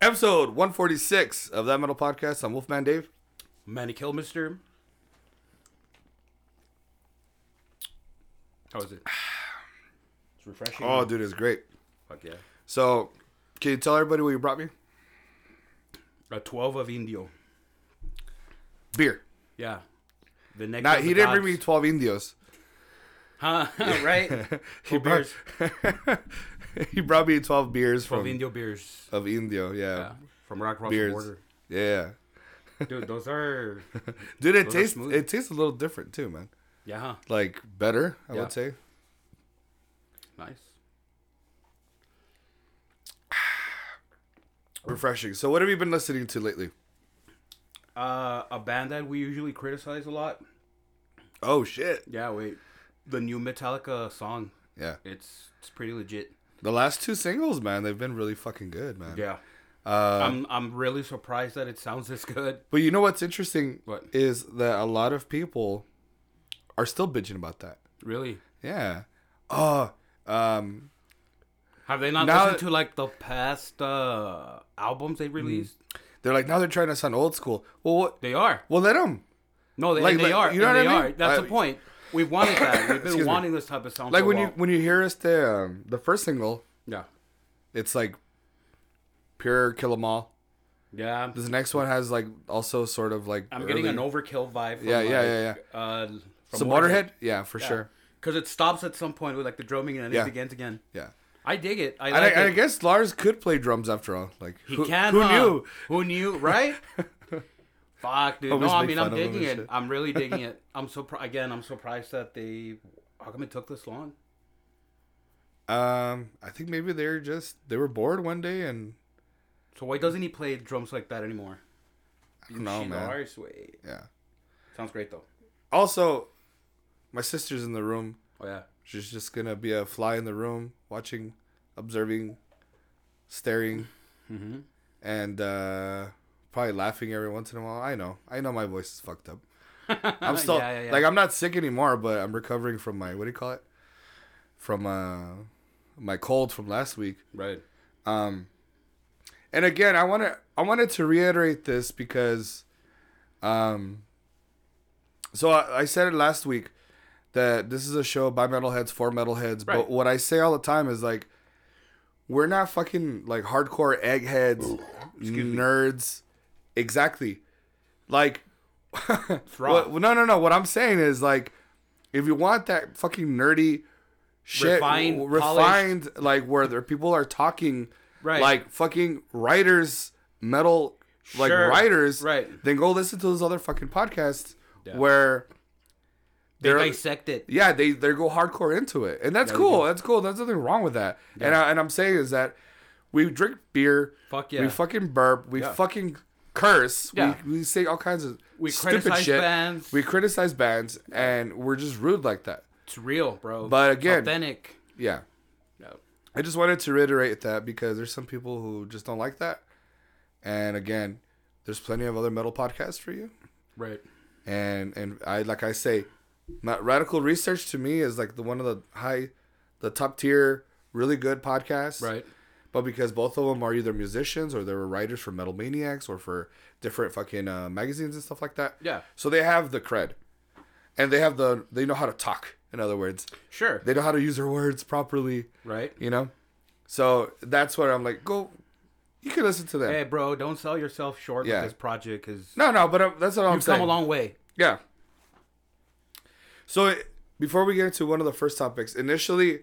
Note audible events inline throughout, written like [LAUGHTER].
Episode 146 of That Metal Podcast. I'm Wolfman Dave. Manny Kilmister. How is it? It's refreshing. Oh, dude, it's great. fuck yeah. So, can you tell everybody what you brought me? A 12 of Indio. Beer. Yeah. The next Now, he didn't bring me 12 Indios. [LAUGHS] [LAUGHS] Huh? right? He Four brought, beers. [LAUGHS] he brought me 12 beers 12 from Indio beers. of Indio. Yeah. Yeah. From Rock Ross Beers. Border. Yeah. Dude, [LAUGHS] those are. Dude, it Those are tastes smooth. it tastes a little different too, man. Yeah. huh? Like better, I Yeah. would say. Nice. Refreshing. So, what have you been listening to lately? Uh, a band that we usually criticize a lot. Oh shit. Yeah, wait. The new Metallica song. Yeah. It's it's pretty legit. The last two singles, man, they've been really fucking good, man. Yeah. Uh, I'm I'm really surprised that it sounds this good. But you know what's interesting What? is that a lot of people are still bitching about that. Really. Yeah. Oh, um, Have they not Now- Mm. listened to like the past uh albums they released? they're like now they're trying to sound old school. Well, what? They are. Well, let them. No, they, Like- and they like- are. you know and what they I mean? are. That's I- the point. We've wanted that. [COUGHS] We've Excuse me. been wanting this type of sound. Like for when a you while. when you hear us the um, the first single, yeah, it's like pure Kill 'Em All. yeah. This next one has like also sort of like I'm getting an early- overkill vibe. From, Yeah, yeah, yeah, yeah. Uh, from some Motorhead. Yeah, for sure. Because it stops at some point with like the drumming and then Yeah. it begins again. Yeah. I dig it. I And I, like and I it. guess Lars could play drums after all. Like He who, can. who huh? knew? Who knew? [LAUGHS] Right? Fuck, dude. Always no, I make mean fun I'm of him and digging it. shit. I'm [LAUGHS] really digging it. I'm so again. I'm surprised that they. How come it took this long? Um, I think maybe they're just they were bored one day and So why doesn't he play drums like that anymore? I don't know, She man. Lars, wait. Yeah. Sounds great though. Also, my sister's in the room. Oh [LAUGHS] yeah. She's just gonna be a fly in the room, watching, observing, staring, Mm-hmm. and uh, probably laughing every once in a while. I know, I know, my voice is fucked up. I'm still yeah, yeah, yeah. like I'm not sick anymore, but I'm recovering from my what do you call it? From uh, my cold from last week. right. Um, and again, I want to I wanted to reiterate this because, um, so I, I said it last week that this is a show by metalheads for metalheads. Right. But what I say all the time is like, we're not fucking like hardcore eggheads, nerds, exactly. Like, raw. what, no, no, no. What I'm saying is like, if you want that fucking nerdy shit, Refined, w- polished. refined, like where their people are talking, Right. Like fucking writers, metal, like Sure. writers, Right. Then go listen to those other fucking podcasts where They they're- dissect it. yeah, they they go hardcore into it, and that's cool. That's cool. There's nothing wrong with that. And I, and I'm saying is that we drink beer, Fuck yeah. we fucking burp, we fucking curse, Yeah. we, we say all kinds of We stupid criticize shit. bands. we criticize bands, and we're just rude like that. It's real, bro. But It's again- authentic. Yeah, No. I just wanted to reiterate that because there's some people who just don't like that, and again, there's plenty of other metal podcasts for you. Right. and and I like I say, ma- radical research to me is like the one of the high, the top tier, really good podcasts. Right. But because both of them are either musicians or they were writers for Metal Maniacs or for different fucking uh, magazines and stuff like that. Yeah. So they have the cred, and they have the they know how to talk. In other words, Sure. they know how to use their words properly. right. You know, so that's what I'm like. Go, you can listen to them. Hey, bro, don't sell yourself short Yeah. with this project because No, no, but i that's what I'm you've saying. come a long way. Yeah. So it- before we get into one of the first topics, initially,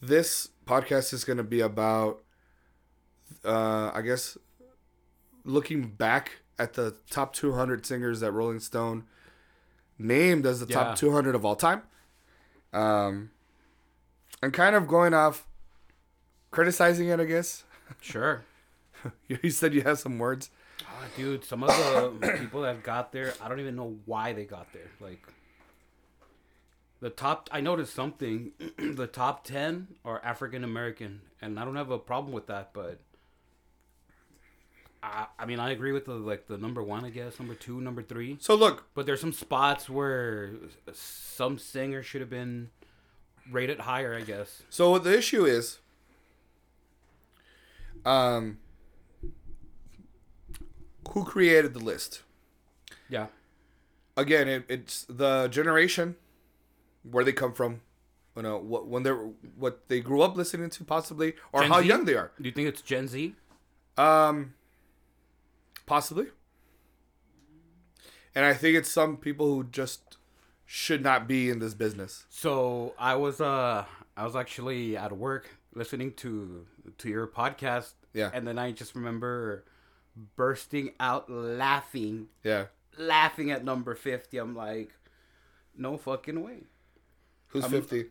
this podcast is going to be about, uh, I guess, looking back at the top 200 singers that Rolling Stone named as the Yeah. top 200 of all time, um, and kind of going off criticizing it. I guess Sure. [LAUGHS] you said you have some words. Ah, dude, some of the people that got there, I don't even know why they got there. Like the top, I noticed something. [CLEARS THROAT] the top ten are African American, and I don't have a problem with that. But I, I mean, I agree with the like the number one, I guess, number two, number three. So look, But there's some spots where some singer should have been rated higher, I guess. So the issue is, um, who created the list? Yeah. Again, it, it's the generation where they come from, you know, what when they're what they grew up listening to possibly, or Gen how Z? young they are. Do you think it's Gen Z? Um, possibly. And I think it's some people who just should not be in this business. So I was uh I was actually at work listening to to your podcast. Yeah. And then I just remember bursting out laughing, Yeah. laughing at number fifty. I'm like, no fucking way. Who's 50?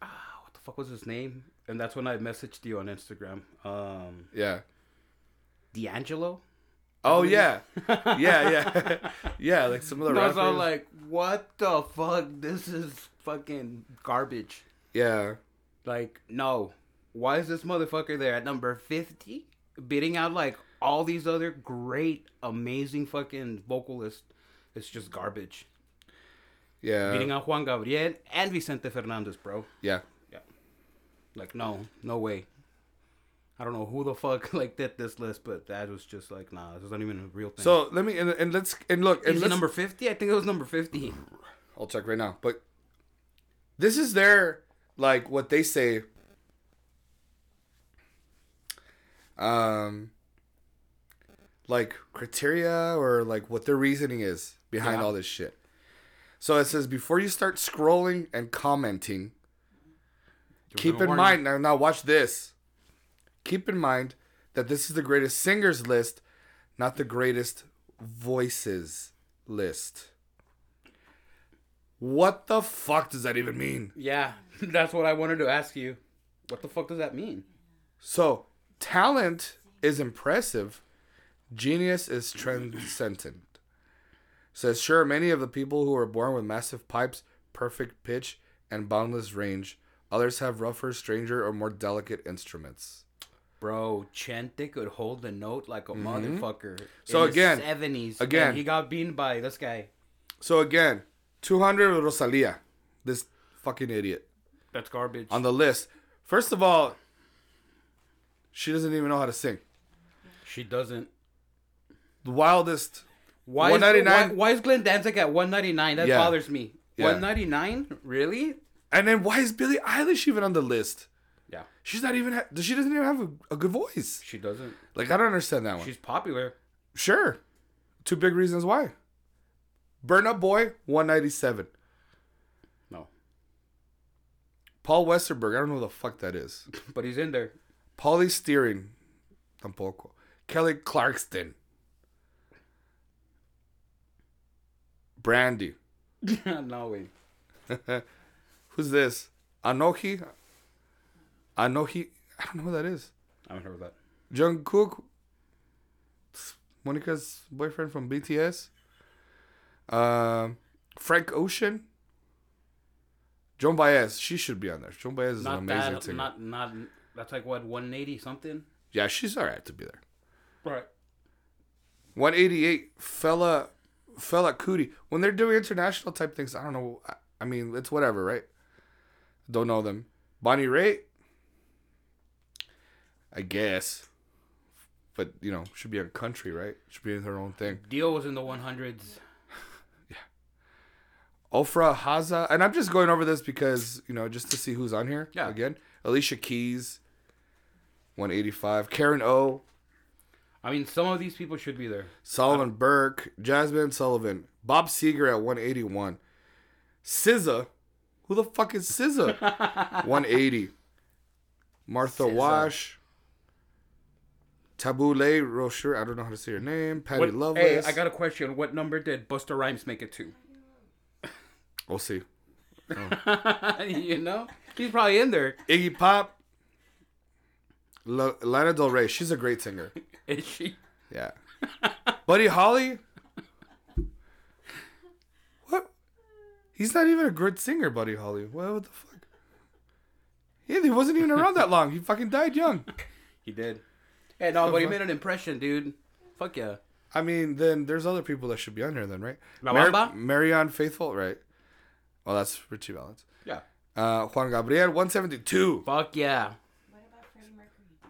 Ah, what the fuck was his name? And that's when I messaged you on Instagram. Um Yeah. D'Angelo? Oh, yeah. [LAUGHS] Yeah, yeah. yeah, like some of the And I rappers. was all like, what the fuck? This is fucking garbage. yeah. Like, no. Why is this motherfucker there at number 50? Beating out like all these other great, amazing fucking vocalists. It's just garbage. Beating Yeah. out Juan Gabriel and Vicente Fernandez, bro. Yeah. Like, no, no way. I don't know who the fuck [LAUGHS] like did this list, but that was just like, nah, this isn't even a real thing. So let me and, and let's and look and is it let's, number 50? I think it was number 50. I'll check right now. But this is their like what they say. Um, like criteria or like what their reasoning is behind Yeah. all this shit. So it says before you start scrolling and commenting, keep a in warning. mind now. Now watch this. Keep in mind that this is the greatest singers list, not the greatest voices list. What the fuck does that even mean? Yeah, [LAUGHS] that's what I wanted to ask you. What the fuck does that mean? So, talent is impressive, genius is transcendent. Says, sure, many of the people who are born with massive pipes, perfect pitch, and boundless range, others have rougher, stranger, or more delicate instruments. Bro, Chente could hold the note like a motherfucker. Mm-hmm. So again- seventies again. he got beaten by this guy. So, again, 200 with Rosalia, this fucking idiot, That's garbage. on the list. First of all, she doesn't even know how to sing. she doesn't. The wildest. Why is, 199? why, why is Glenn Danzig at one ninety nine? That Yeah. bothers me. Yeah. One ninety nine, really? And then, why is Billie Eilish even on the list? Yeah, She's not even. Ha- she doesn't even have a, a good voice. she doesn't. Like I don't understand that one. She's popular. [LAUGHS] sure, two big reasons why. Burn Up Boy, one ninety seven. No, Paul Westerberg, I don't know who the fuck that is. but he's in there. [LAUGHS] Polly Steering, tampoco. Kelly Clarkston, Brandy. no way. Who's this? Anoki. Anoki. I don't know who that is. I haven't heard of that. Jungkook, Monica's boyfriend from BTS, um, Frank Ocean, Joan Baez. She should be on there. Joan Baez is an Not amazing that. singer. Not not. That's like what one eighty something. yeah, she's all right to be there. Right. 188, fella, fella cootie. When they're doing international type things, I don't know. I, I mean, it's whatever, right? Don't know them. Bonnie Raitt, I guess. But, you know, should be a country, right? Should be her own thing. Dio was in the one hundreds. Ofra Haza, and I'm just going over this because you know just to see who's on here. Yeah. Again, Alicia Keys, 185, Karen O, I mean, some of these people should be there. Uh, Solomon Burke, Jasmine Sullivan, Bob Seger at 181, SZA, who the fuck is SZA? [LAUGHS] 180, Martha SZA. Wash, Tabule Rocher, I don't know how to say her name, Patty What- hey, Loveless. I got a question. What number did Buster Rhymes make it to? We'll see. [LAUGHS] you know, he's probably [LAUGHS] in there. Iggy Pop, La- Lana Del Rey, she's a great singer. Is she? Yeah. Buddy Holly? What? He's not even a good singer, Buddy Holly. What, what the fuck? Yeah, he wasn't even around that long. He fucking died young. He did. Hey, no, but he made an impression, dude. Fuck yeah. I mean, then there's other people that should be on here, then, right? La Bamba? Marion Faithful, right? Well, that's Richie Valens. Yeah. Uh, Juan Gabriel, 172. Fuck yeah. What about Freddie Mercury? I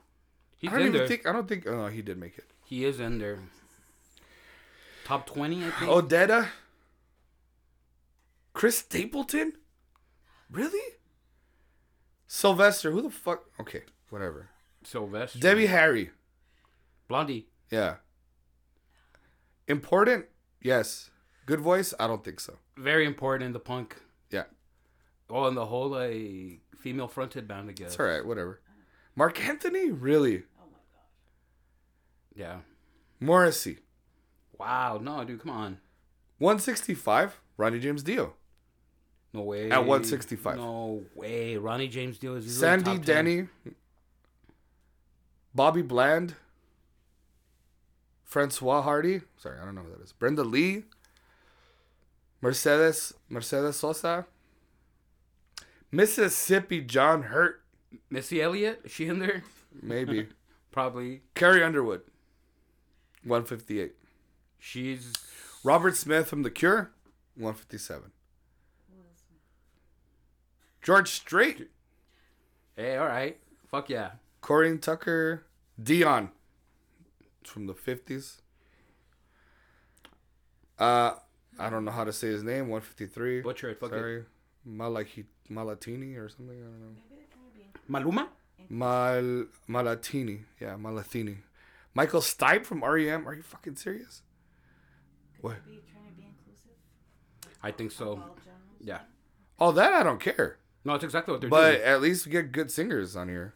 He's don't in even there. think. I don't think. Oh, he did make it. he is in there. Top twenty, I Oh, think. Odetta? Chris Stapleton? Really? Sylvester, who the fuck? Okay, whatever. Sylvester. Debbie Harry. Blondie. Yeah. Important? Yes. Good voice? I don't think so. Very important in the punk. Yeah. Oh, and the whole like female fronted band, I guess. It's all right, whatever. Mark Anthony? Really? Yeah. Morrissey. Wow. No, dude, come on. 165? Ronnie James Dio. No way. At 165. No way. Ronnie James Dio is usually Sandy top 10. Denny, Bobby Bland, Francois Hardy. Sorry, I don't know who that is. Brenda Lee, Mercedes Mercedes Sosa, Mississippi John Hurt, Missy Elliott. Is she in there? maybe Probably. Carrie Underwood, one fifty eight. She's. Robert Smith from The Cure, one fifty seven. George Strait, Hey, eh, all right. Fuck yeah. Corey Tucker, Dion from the 50s. Uh, I don't know how to say his name. 153. Butcher it. Fuck it. Sorry. Malaki, Malatini or something. I don't know. Maluma. Mal, Malatini. Yeah, Malatini. Michael Stipe from REM. Are you fucking serious? What? Are you trying to be inclusive? I think so. All genres? Yeah. Oh, that I don't care. No, it's exactly what they're But uh, doing. at least we get good singers on here.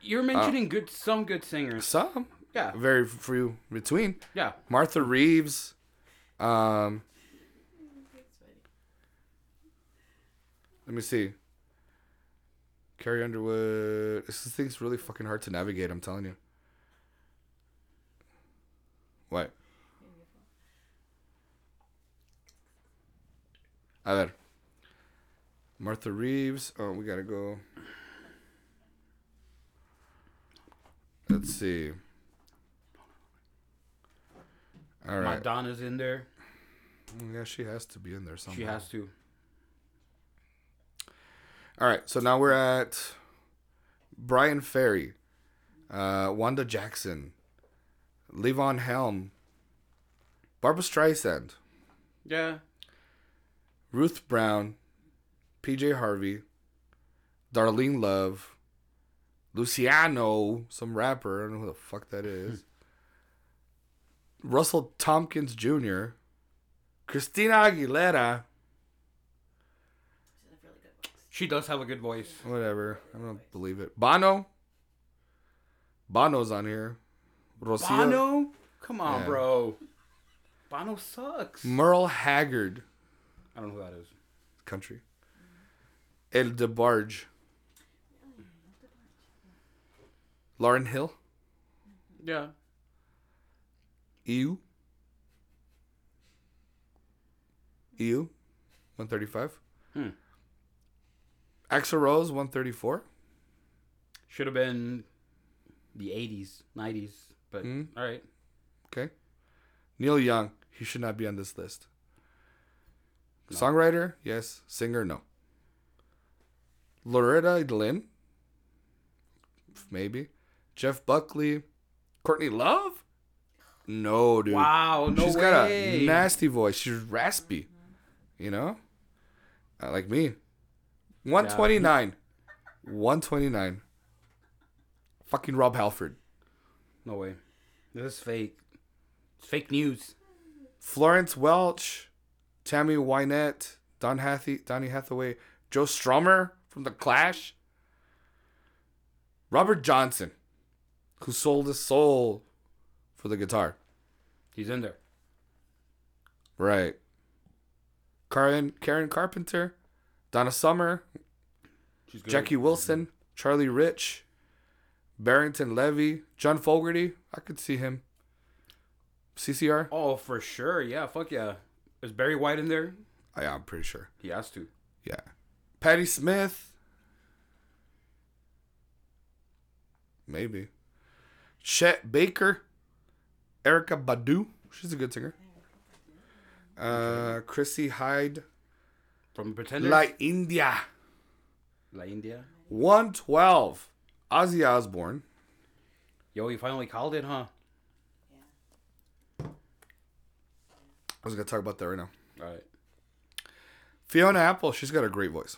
You're mentioning good, some good singers. Some. Yeah. Very few between. Yeah. Martha Reeves. Um, let me see. Carrie Underwood. This thing's really fucking hard to navigate. I'm telling you. What? A ver. Martha Reeves. Oh, we gotta go. Let's see. All right. Madonna's in there. Yeah, she has to be in there somewhere. She has to. All right, so now we're at Brian Ferry, uh, Wanda Jackson, Levon Helm, Barbara Streisand, Yeah. Ruth Brown, PJ Harvey, Darlene Love, Luciano, some rapper, I don't know who the fuck that [LAUGHS] is, Russell Tompkins Jr., Christina Aguilera, She's in a really good voice. She does have a good voice. Whatever. I don't believe it. Bono. Bono's on here. Rocio. Bono? Come on, Yeah. bro. Bono sucks. Merle Haggard. I don't know who that is. Country. El DeBarge. Lauren Hill. Yeah. EU. EU. 135. Hmm. Axel Rose, 134. Should have been the 80s, 90s, but Hmm. all right. Okay. Neil Young. He should not be on this list. Songwriter, yes. Singer, no. Loretta Lynn, maybe. Jeff Buckley, Courtney Love, no, dude. Wow, no She's way. got a nasty voice. She's raspy, you know, Uh, like me. One twenty nine, one twenty nine. Fucking Rob Halford, no way. This is fake. It's fake news. Florence Welch, Tammy Wynette, Don Hathi, Donny Hathaway, Joe Strummer from The Clash, Robert Johnson, who sold his soul for the guitar. He's in there. Right. Karen, Karen Carpenter, Donna Summer, She's good. Jackie Wilson, Charlie Rich, Barrington Levy, John Fogerty. I could see him. CCR? Oh, for sure. Yeah, fuck yeah. Is Barry White in there? I, I'm pretty sure. He has to. Yeah. Patty Smith. Maybe. Chet Baker. Erica Badu. She's a good singer. Uh, Chrissy Hyde. From Pretenders? La India. La India. 112. Ozzy Osbourne. Yo, you finally called it, huh? I was gonna talk about that right now. All right. Fiona Apple, she's got a great voice.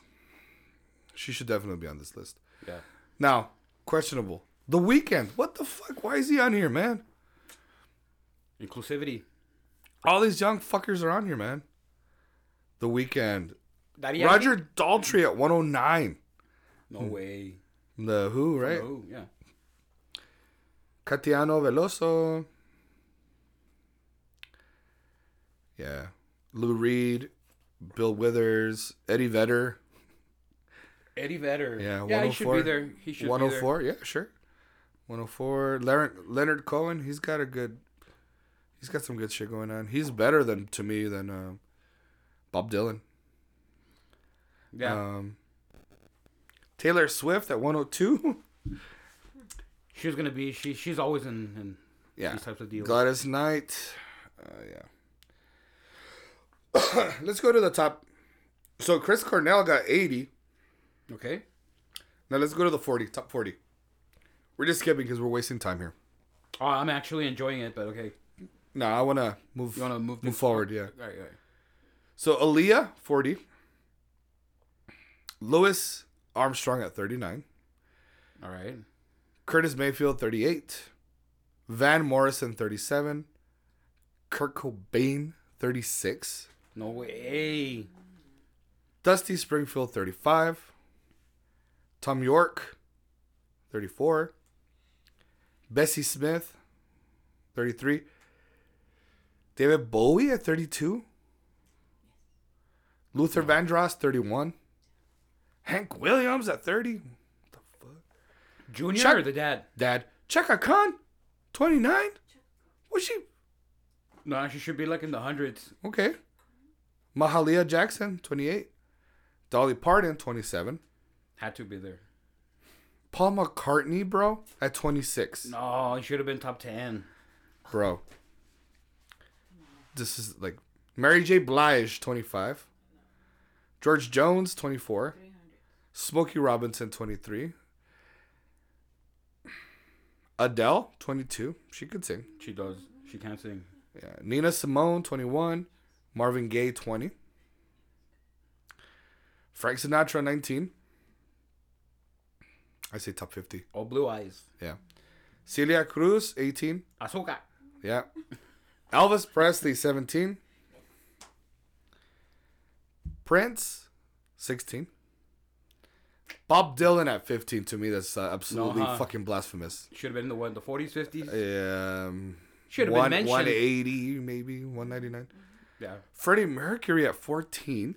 She should definitely be on this list. Yeah. Now, questionable. The weekend. What the fuck? Why is he on here, man? Inclusivity. All these young fuckers are on here, man. The weekend. Daddy Roger Hmm. Daltrey at 109. No way. The Who, right? Oh yeah. Catiano Veloso. Yeah. Lou Reed, Bill Withers, Eddie Vedder. Eddie Vedder. Yeah, Yeah, he should 104. be there. He should. One hundred four. 104, yeah, sure. 104. Leonard, Leonard Cohen, he's got a good, he's got some good shit going on. He's better than to me than um Bob Dylan. Yeah. Um, Taylor Swift at 102. [LAUGHS] she's gonna be. She she's always in, in yeah. these types of deals. Gladys Knight. Uh, yeah. [COUGHS] Let's go to the top. So Chris Cornell got 80. Okay. Now let's go to the 40, top 40. We're just skipping because we're wasting time here. Oh, I'm actually enjoying it, but okay. No, I want to move You wanna move move this- forward, yeah. All right. All right. So Aaliyah, 40. Louis Armstrong at 39. All right. Curtis Mayfield, 38. Van Morrison, 37. Kurt Cobain, 36. No way. Dusty Springfield, 35. Tom York, 34. Bessie Smith, 33. David Bowie at 32. Luther Vandross, 31. Hank Williams at 30. Junior Chuck- or the dad? Dad, Chaka Khan, 29. Was she? No, she should be like in the hundreds. Okay. Mahalia Jackson, 28. Dolly Parton, 27. Had to be there. Paul McCartney, bro, at 26. No, he should have been top ten. Bro. This is like Mary J. Blige, 25. George Jones, 24. 300. Smokey Robinson, 23. Adele, 22. She could sing. She does. She can't sing. Yeah. Nina Simone, 21. Marvin Gaye, 20. Frank Sinatra, 19. I say top 50. Oh, blue eyes. Yeah. Celia Cruz, 18. Azuka. [LAUGHS] Yeah. Elvis Presley, 17. Prince, 16. Bob Dylan at 15 to me that's uh, absolutely No, huh? fucking blasphemous. Should have been in the one the forties, fifties. Um Should have Uh, one- been mentioned. 180 maybe, 199. Yeah. Freddie Mercury at 14.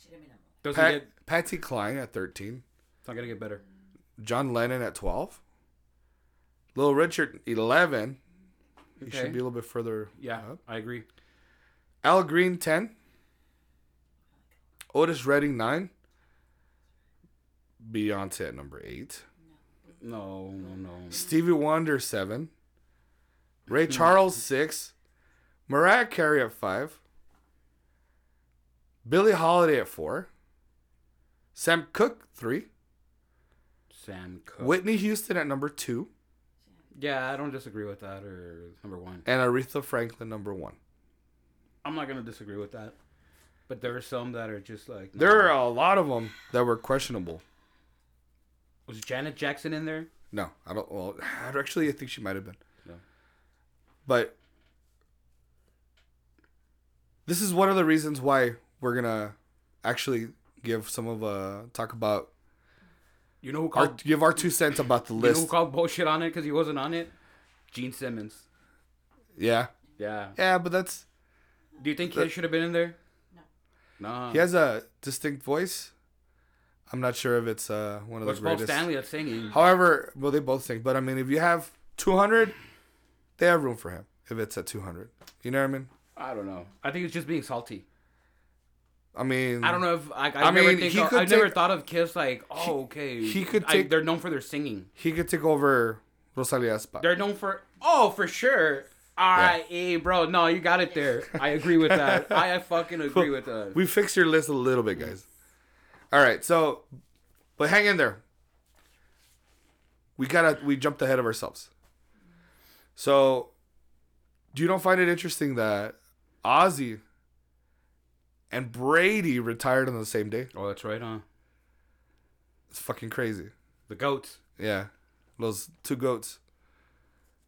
Should have been number one. Doesn't Pat, get. Patsy Cline at 13. It's not gonna get better. John Lennon at 12. Little Richard 11. He Okay. should be a little bit further Yeah, up. I agree. Al Green ten. Otis Redding nine. Beyonce at number eight. No, no, no. Stevie Wonder seven. Hmm. Ray Charles six. Mariah Carey at five. Billie Holiday at four. Sam Cooke three. Sam Cooke. Whitney Houston at number two. Yeah, I don't disagree with that. Or number one, And Aretha Franklin number one. I'm not gonna disagree with that. But there are some that are just like no. There are a lot of them that were questionable. was Janet Jackson in there. No, I don't. Well, actually, I think she might have been. No. But this is one of the reasons why we're gonna actually give some of uh talk about You know who our called? give our two cents about the you know who list. called bullshit on it because he wasn't on it? Gene Simmons. Yeah, Yeah. yeah, but that's Do you think he should have been in there? No. No. he has a distinct voice. I'm not sure if it's uh one of Was the Paul greatest. Stanley that's singing? However, well, they both think. But I mean, if you have 200, they have room for him. If it's at 200, you know what I mean. I don't know. I think it's just being salty. I mean, I don't know if like, I. I never mean, think he of, could I never take- thought of Kiss like oh okay. he could I- take- they're known for their singing. He could take over Rosalia's spot. They're known for oh for sure. All right, eh, bro. No, you got it there. I agree [LAUGHS] with that. I fucking agree with that. we fixed your list a little bit, guys. All right, so, but hang in there. We gotta we jumped ahead of ourselves. So, do you don't find it interesting that Ozzy and Brady retired on the same day. Oh, that's right, huh? It's fucking crazy. The goats. Yeah. Those two goats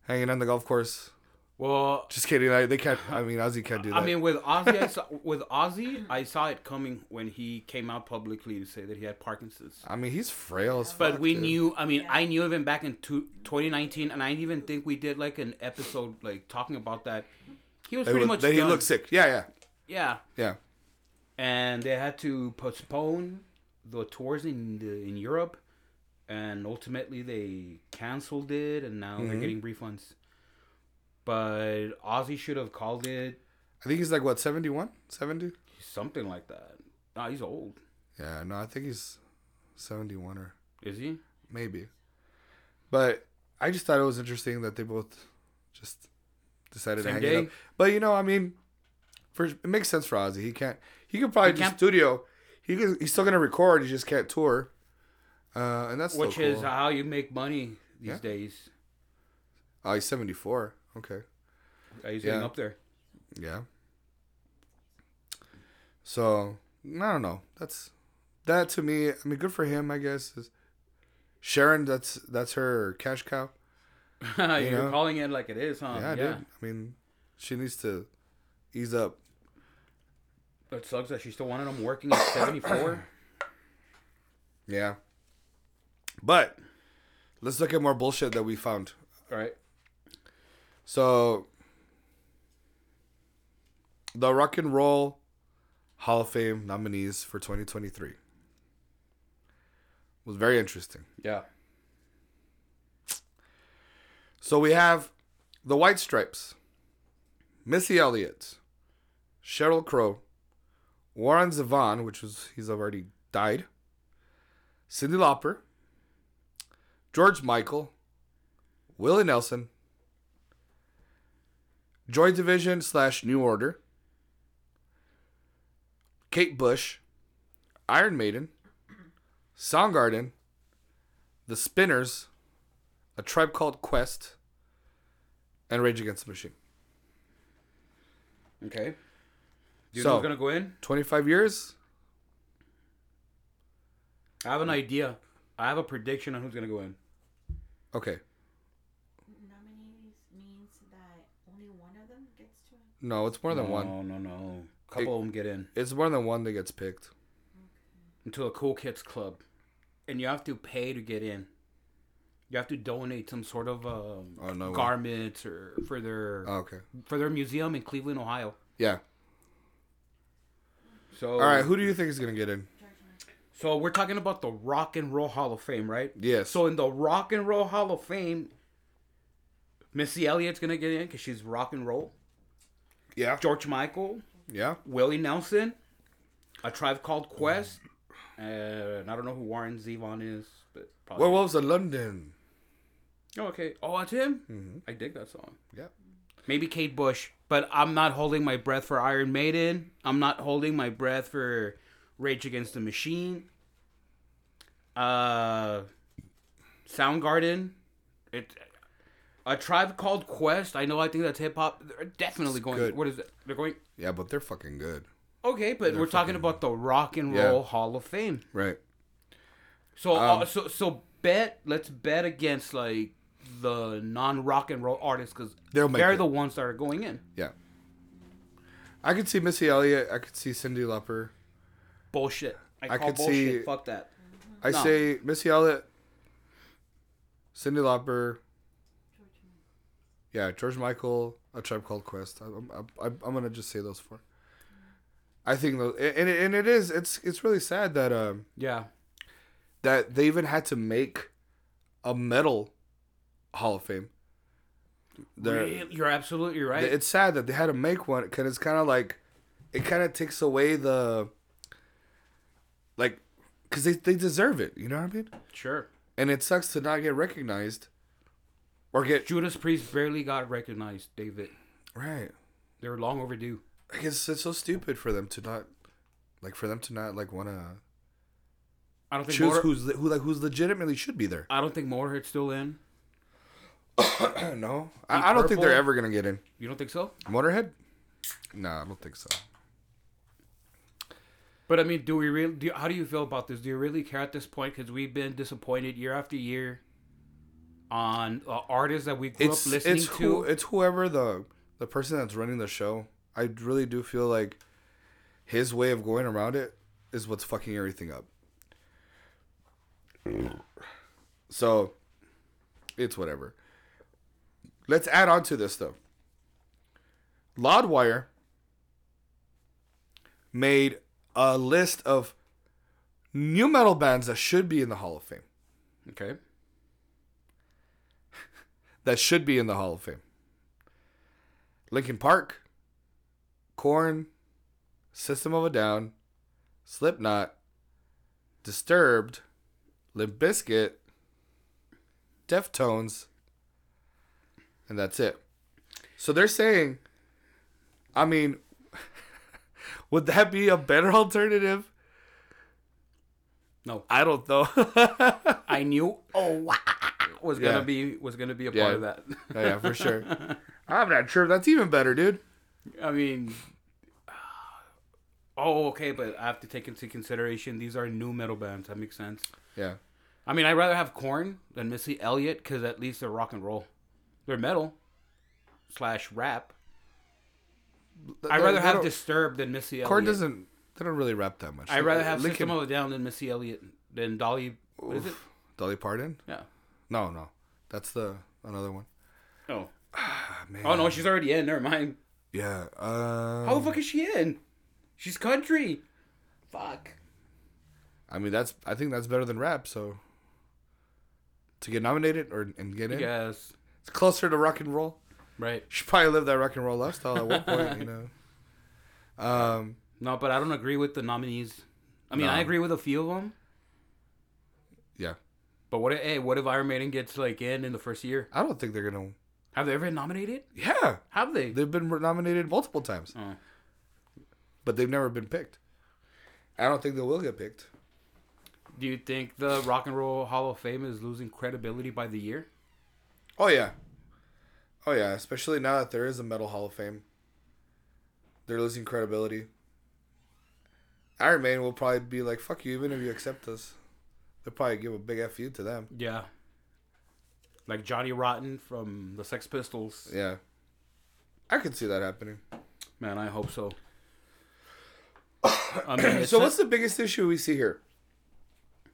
hanging on the golf course. Well, Just kidding. I, they can't. I mean, Ozzy can't do that. I mean, [LAUGHS] with Ozzy, I saw, with Ozzy, I saw it coming when he came out publicly to say that he had Parkinson's. I mean, he's frail as fuck. But we dude. knew. I mean, I knew of him back in two, 2019, and I didn't even think we did like an episode like talking about that. He was They pretty would- much they- he done. looked sick. Yeah, yeah, Yeah, yeah. and they had to postpone the tours in the, in Europe, and ultimately they canceled it, and now Mm-hmm. they're getting refunds. But Ozzy should have called it I think he's like what 71, 70. something like that. Nah, he's old, Yeah, no, I think he's seventy-one or is he? maybe. But I just thought it was interesting that they both just decided to Same hang it day? up. But you know, I mean, for it makes sense for Ozzy. He can't. He could probably He just can't- studio. He can, he's still gonna record. He just can't tour. Uh, and that's Which still is cool. how you make money these Yeah. days. oh, he's seventy-four. Okay. Uh, He's Yeah. getting up there. Yeah. So I don't know. That's that to me. I mean, good for him, I guess. Is Sharon, that's that's her cash cow. [LAUGHS] You're know? calling it like it is, huh? yeah, dude. I mean, she needs to ease up. It sucks that she still wanted him working at [COUGHS] 74. Yeah. But let's look at more bullshit that we found. All right. So the Rock and Roll Hall of Fame nominees for 2023 was very interesting. Yeah. So we have the White Stripes, Missy Elliott, Cheryl Crow, Warren Zevon, which was he's already died, Cindy Lauper, George Michael, Willie Nelson, Joy Division slash New Order, Kate Bush, Iron Maiden, Soundgarden, The Spinners, a Tribe Called Quest, and Rage Against the Machine. Okay. Do you So- know who's going to go in? 25 years? I have an Mm. idea. I have a prediction on who's going to go in. Okay. Nominees means that only one of them gets to it. No, it's more than no, one. No, no, no. couple of them get in. It's more than one that gets picked. Into the Cool Kids Club. And you have to pay to get in. You have to donate some sort of um, Oh, no way. garments or for their Oh, okay. for their museum in Cleveland, Ohio. Yeah. So All right. Who do you think is going to get in? George Michael. So we're talking about the Rock and Roll Hall of Fame, right? Yes. So in the Rock and Roll Hall of Fame, Missy Elliott's gonna get in because she's rock and roll. yeah. George Michael, Yeah. Willie Nelson, A Tribe Called Quest, and I don't know who Warren Zevon is, but probably. Werewolves of London. oh, okay. Oh, that's him. I dig that song. Mm-hmm. Yeah. Maybe Kate Bush, but I'm not holding my breath for Iron Maiden. I'm not holding my breath for Rage Against the Machine. Uh, Soundgarden, it, a tribe called Quest. I know. I think that's hip hop. They're definitely going. good. What is it? They're going. Yeah, but they're fucking good. Okay, but we're talking about the Rock and Yeah. Roll Hall of Fame. Right. So, Um, uh, so, so bet. Let's bet against like the non rock and roll artists because They'll make they're it. the ones that are going in. Yeah. I could see Missy Elliott. I could see Cindy Lauper. Bullshit. I, I call could bullshit. see- Fuck that. I No. say Missy Elliott, Cindy Lauper. George Michael. Yeah, George Michael, A Tribe Called Quest. I'm, I'm, I'm, I'm gonna just say those four. I think those, and and it is it's it's really sad that um Yeah. that they even had to make a metal Hall of Fame. They're- Really? You're absolutely right. It's sad that they had to make one because it's kind of like it kind of takes away the like because they they deserve it. You know what I mean? sure. And it sucks to not get recognized or get Judas Priest barely got recognized, David. right. They were long overdue. I guess it's so stupid for them to not, like, for them to not like want to I don't think choose Motor- who's who like who's legitimately should be [CLEARS THROAT] there. I don't think Motorhead's still in. no, I, I don't think they're Purple? ever gonna get in. You don't think so? Motorhead, No, I don't think so. But I mean, do we really? Do, how do you feel about this? Do you really care at this point? Because we've been disappointed year after year on uh, artists that we grew It's up listening it's to. who it's whoever the the person that's running the show. I really do feel like his way of going around it is what's fucking everything up. So, it's whatever. Let's add on to this though. Loudwire made a list of new metal bands that should be in the Hall of Fame. okay. that should be in the Hall of Fame. Lincoln Park, Korn, System of a Down, Slipknot, Disturbed, Limp Bizkit, Deftones, and that's it. So they're saying, I mean, [LAUGHS] would that be a better alternative? No, I don't know. [LAUGHS] I knew. Oh, was Yeah. gonna be was gonna be a Yeah. part of that. [LAUGHS] yeah, for sure. I'm not sure if that's even better, dude. I mean, [SIGHS] oh, okay, but I have to take into consideration these are new metal bands. That makes sense. Yeah. I mean, I'd rather have Corn than Missy Elliott because at least they're rock and roll. They're metal slash rap. I'd They- rather they have don't- Disturbed than Missy Elliott. Korn doesn't. They don't really rap that much. I'd rather have Linkin- System of a Down than Missy Elliott than Dolly. What is it? Oof. Dolly Parton. Yeah. No, no, that's the another one. Oh. Ah, man. Oh no, Oh. she's already in. Never mind. Yeah. Uh, How the fuck is she in? She's country. Fuck. I mean, that's. I think that's better than rap. So. To get nominated or and get in, Yes. it's closer to rock and roll. [LAUGHS] Right. She probably lived that rock and roll lifestyle at one point, you [LAUGHS] know. Um. No, but I don't agree with the nominees. I mean, I No. agree with a few of them. Yeah. But what? If, hey, what if Iron Maiden gets like in in the first year? I don't think they're gonna. Have they ever been nominated? Yeah, Have they? they've been nominated multiple times, Oh. but they've never been picked. I don't think they will get picked. Do you think the Rock and Roll Hall of Fame is losing credibility by the year? Oh yeah. Oh yeah, especially now that there is a metal Hall of Fame. They're losing credibility. Iron Maiden will probably be like, "Fuck you," even if you accept us. They'll probably give a big fu to them. Yeah. Like Johnny Rotten from the Sex Pistols. Yeah, I could see that happening. Man, I hope so. [COUGHS] I mean, it's so, a- what's the biggest issue we see here?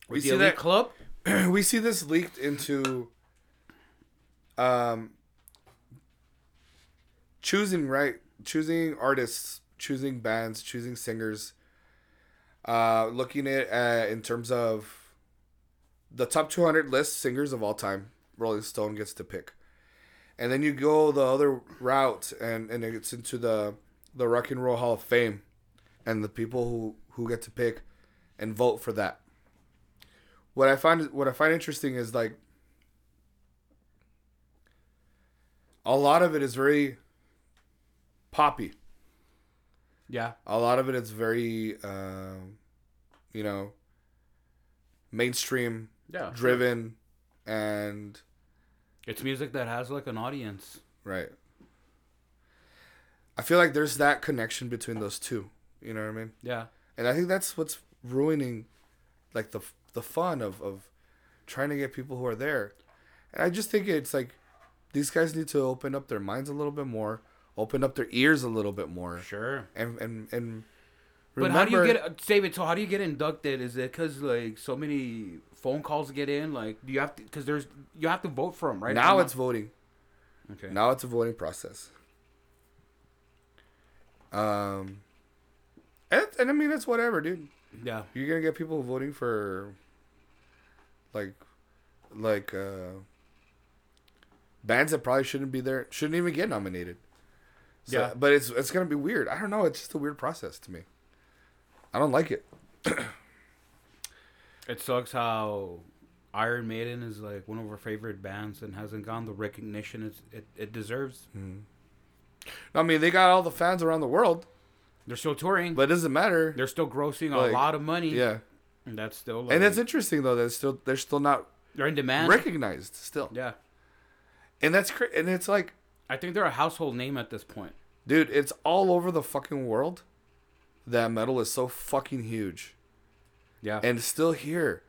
We the see Elite that club? [CLEARS THROAT] we see this leaked into um choosing right choosing artists choosing bands choosing singers uh looking at uh, in terms of the top 200 list singers of all time rolling stone gets to pick and then you go the other route and and it's into the the rock and roll hall of fame and the people who who get to pick and vote for that what I find what I find interesting is like a lot of it is very poppy. Yeah. A lot of it is very um, you know mainstream Yeah. driven and It's music that has like an audience. right. I feel like there's that connection between those two. You know what I mean? Yeah. And I think that's what's ruining like the the fun of of trying to get people who are there. And I just think it's like these guys need to open up their minds a little bit more, open up their ears a little bit more. Sure. And and and But how do you remember- get David? So how do you get inducted? Is it because like so many phone calls get in? Like do you have to? Because there's you have to vote for them, right? now I'm it's voting. not- okay. Now it's a voting process. Um and, and I mean it's whatever, dude. Yeah. You're gonna get people voting for like like uh bands that probably shouldn't be there shouldn't even get nominated. So, Yeah. But it's it's gonna be weird. I don't know, it's just a weird process to me. I don't like it. It sucks how Iron Maiden is like one of our favorite bands and hasn't gotten the recognition it's, it it deserves. Hmm. I mean they got all the fans around the world, They're still touring. but it doesn't matter. they're still grossing a Like, lot of money. yeah. And that's still like, And that's interesting though, that's still they're still not They're in demand. recognized still. yeah. And that's cra- and it's like I think they're a household name at this point. Dude, it's all over the fucking world. That metal is so fucking huge Yeah. and it's still here.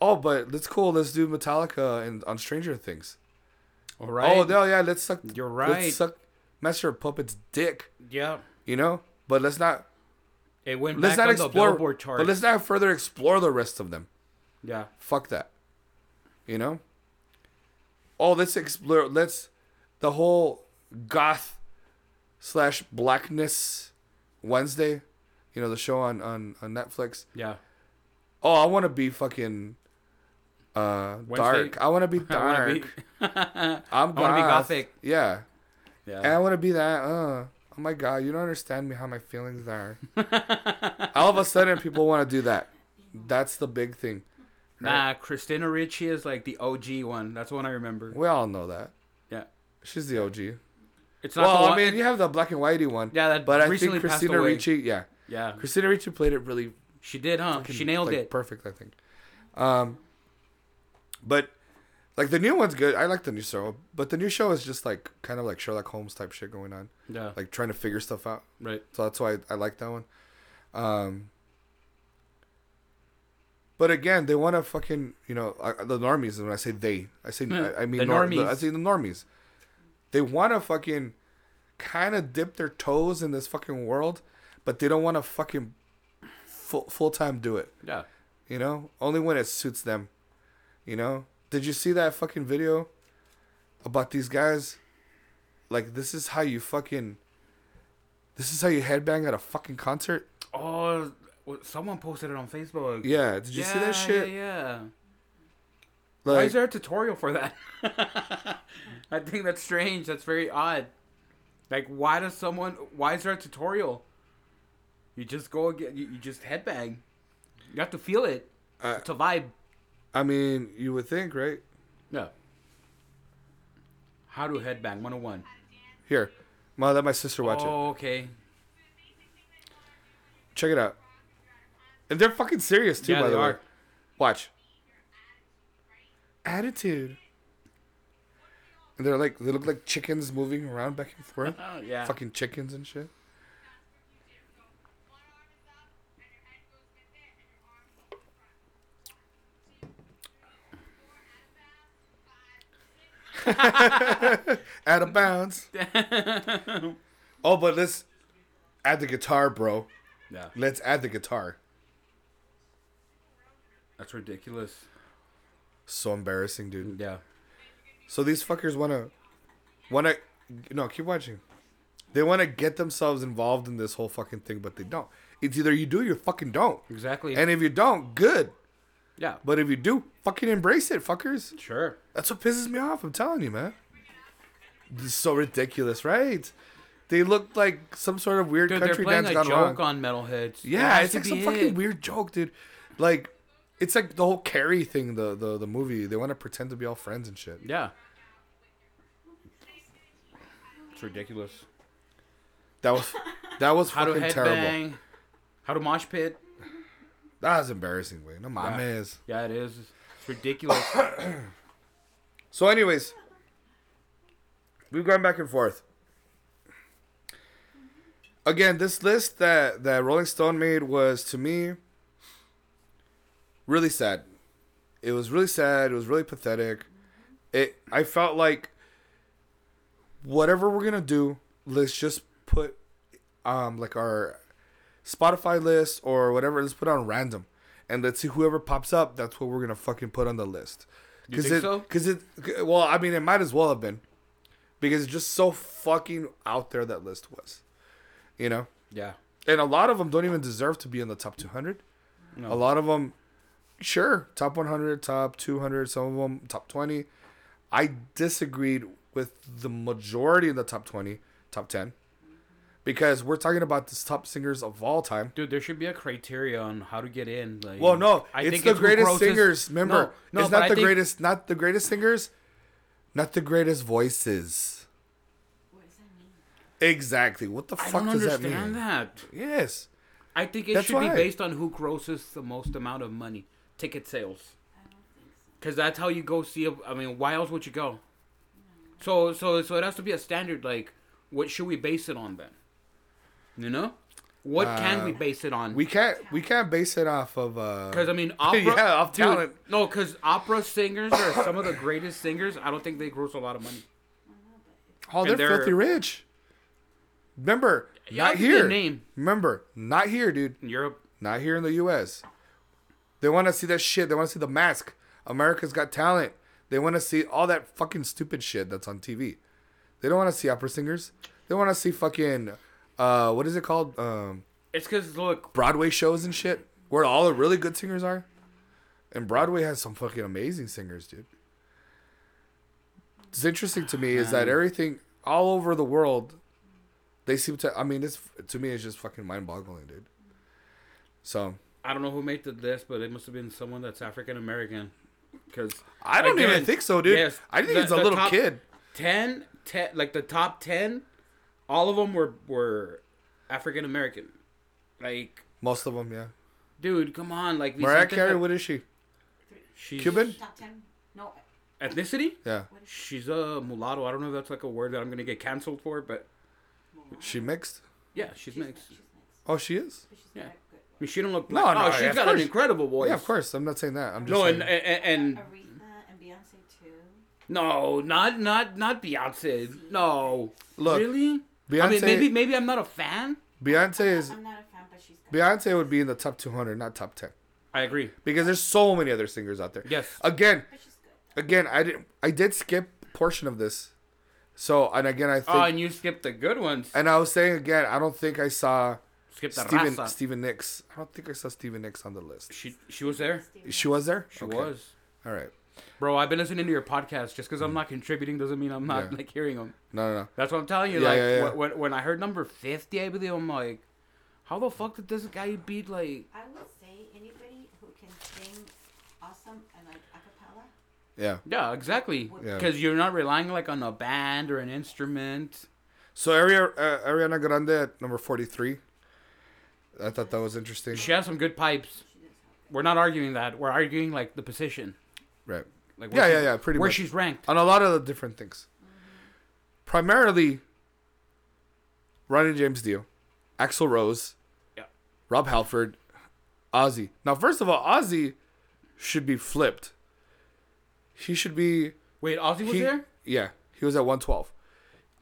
Oh, but that's cool. Let's do Metallica and on Stranger Things. All right. Oh, no, yeah, let's suck. You're right. Let's suck Master of Puppets' dick. yeah. You know, but let's not It went let's back not on the explore. Billboard chart. But let's not further explore the rest of them. yeah. Fuck that. You know. Oh, let's explore. Let's the whole goth slash blackness Wednesday. You know the show on on on Netflix. Yeah. Oh, I want to be fucking uh Wednesday? dark. I want to be [LAUGHS] I wanna be- dark. I'm [LAUGHS] I wanna be goth. gothic. Yeah. And I Yeah. want to be that. Uh, oh my god, you don't understand me how my feelings [LAUGHS] are. All of a sudden, people want to do that. That's the big thing. Nah, Christina Ricci is like the OG one. That's the one I remember. We all know that. Yeah. She's the OG. It's not Well, the I one. mean, you have the black and whitey one. Yeah, that but I recently think passed Christina away. Ricci. Yeah, yeah. Christina Ricci played it really She did, huh? fucking, She nailed like, it. perfect. I think. Um, but like the new one's good. I like the new show, but the new show is just like kind of like Sherlock Holmes type shit going on, Yeah. like trying to figure stuff out. Right. So that's why I, I like that one. Um, but again, they want to fucking you know I, the normies. and When I say they, I say I, I mean The nor- normies. I say the normies. They want to fucking kind of dip their toes in this fucking world, but they don't want to fucking full full time do it. Yeah. You know, only when it suits them. You know, did you see that fucking video about these guys? Like, this is how you fucking. This is how you headbang at a fucking concert. Oh, well, someone posted it on Facebook. Yeah, did you see Yeah, that shit? Yeah. yeah. Why Like, is there a tutorial for that? [LAUGHS] I think that's strange. That's very odd. Like, why does someone? Why is there a tutorial? You just go again. You, you just headbang. You have to feel it. Uh, it's a vibe. I mean, you would think, right? No. How to headbang 101. Here, my let my sister watch it. oh, okay. Check it out. And they're fucking serious too, Yeah, by they the way. are. Watch. Attitude. And they're like, they look like chickens moving around back and forth. [LAUGHS] Oh, yeah. fucking chickens and shit. [LAUGHS] Out of [LAUGHS] bounds. oh, but let's add the guitar, bro. Yeah. Let's add the guitar. That's ridiculous. So embarrassing, dude. Yeah. So these fuckers wanna, wanna, no, keep watching. They wanna get themselves involved in this whole fucking thing, but they don't. It's either you do, or you fucking don't. Exactly. And if you don't, good. yeah. But if you do, fucking embrace it, fuckers. Sure. That's what pisses me off. I'm telling you, man. This is so ridiculous, right? They look like some sort of weird Dude, they're country playing dance a gone joke wrong. on metalheads. That yeah, it's has to like some be fucking it. weird joke, dude. Like, it's like the whole Carrie thing, the the, the movie. They want to pretend to be all friends and shit. Yeah. It's ridiculous. That was [LAUGHS] that was How to fucking terrible. headbang. How to mosh pit. That was embarrassing, güey. No Yeah. mames. Yeah, it is. [COUGHS] It's ridiculous. So, anyways, we've gone back and forth. Again, this list that that Rolling Stone made was to me really sad. It was really sad. It was really pathetic. It I felt like whatever we're gonna do, let's just put um like our Spotify list or whatever. Let's put it on random, and let's see whoever pops up. That's what we're gonna fucking put on the list. You think it, so? Cause it, well, I mean, it might as well have been, because it's just so fucking out there that list was, you know. yeah. And a lot of them don't even deserve to be in the top 200. No. A lot of them, sure, top 100, top 200, some of them top 20. I disagreed with the majority of the top 20, top 10, because we're talking about the top singers of all time. Dude, there should be a criteria on how to get in. Like, Well, no, I it's think the who greatest grosses- singers. Remember, no, no, it's but not I the think- greatest, not the greatest singers, not the greatest voices. What does that mean? Exactly. What the I fuck don't does that understand mean? that. Yes. I think it That's should why. be based on who grosses the most amount of money, ticket sales. I don't think so. Cause that's how you go see. A, I mean, why else would you go? So so so it has to be a standard. Like, What should we base it on then? You know, what can Uh, we base it on? We [LAUGHS] can't we can't base it off of uh Because I mean, opera. Yeah, off dude, talent. No, because opera singers are some of the greatest singers. I don't think they gross a lot of money. oh they're, and they're- filthy rich. Remember, Yeah, not I'll give you a here. name. Remember, not here, dude. In Europe, Not here in the U.S. They want to see that shit. They want to see the mask. America's Got Talent. They want to see all that fucking stupid shit that's on TV. They don't want to see opera singers. They want to see fucking uh what is it called um it's because look, Broadway shows and shit where all the really good singers are. And Broadway has some fucking amazing singers, dude. It's interesting to me is that everything all over the world, they seem to. I mean, it's to me, it's just fucking mind boggling, dude. So I don't know who made the list, but it must have been someone that's African American. Because I don't even think so, dude. I think it's a little kid. 10, 10, like the top ten, all of them were were African American. Like, most of them, yeah. dude, come on, like these Mariah something Carey, that- what is she? she's Cuban? Top ten. No. uh, ethnicity. Yeah, She's a mulatto. I don't know if that's like a word that I'm gonna get canceled for, but she mixed. yeah, she's mixed. She's mixed. Oh, she is. But she's Yeah. not good. I mean, she don't look. No, No, no, no, oh, yeah, she's of got course. an incredible voice. Yeah, of course. I'm not saying that. I'm just No, saying, and and, Mm-hmm. and Aretha and Beyonce too. no, not not not Beyonce. No, Look, really. I Beyonce- mean, maybe maybe I'm not a fan. Beyonce is I'm not a fan, but she's good. Beyonce would be in the top 200, not top 10, I agree. because there's so many other singers out there. Yes. Again, But she's good. again, I did I did skip a portion of this, so and again I think Oh, and you skipped the good ones. and I was saying again I don't think I saw Skip the Stephen raza. Stephen Nicks. I don't think I saw Stephen Nicks on the list. She she was there. She was there. She was. All right. Bro, I've been listening to your podcast. Just because I'm not contributing doesn't mean I'm not Mm. Yeah. like hearing them. No, no, no. That's what I'm telling you. Yeah, like yeah, yeah. wh- When, when I heard number fifty, I believe I'm like, how the fuck did this guy beat like? I would say anybody who can sing awesome and like a cappella. Yeah. Yeah, exactly. Yeah. Because you're not relying like on a band or an instrument. So Ari- uh, Ariana Grande at number 43. I thought that was interesting. She has some good pipes. She does have We're not arguing that. We're arguing like the position. Right. Like Yeah, where yeah, she- yeah, pretty where much. she's ranked. On a lot of the different things. Primarily, Ronnie James Dio, Axl Rose, Yeah. Rob Halford, Ozzy. Now, first of all, Ozzy should be flipped. He should be Wait, Ozzy was he, there? Yeah, he was at 112.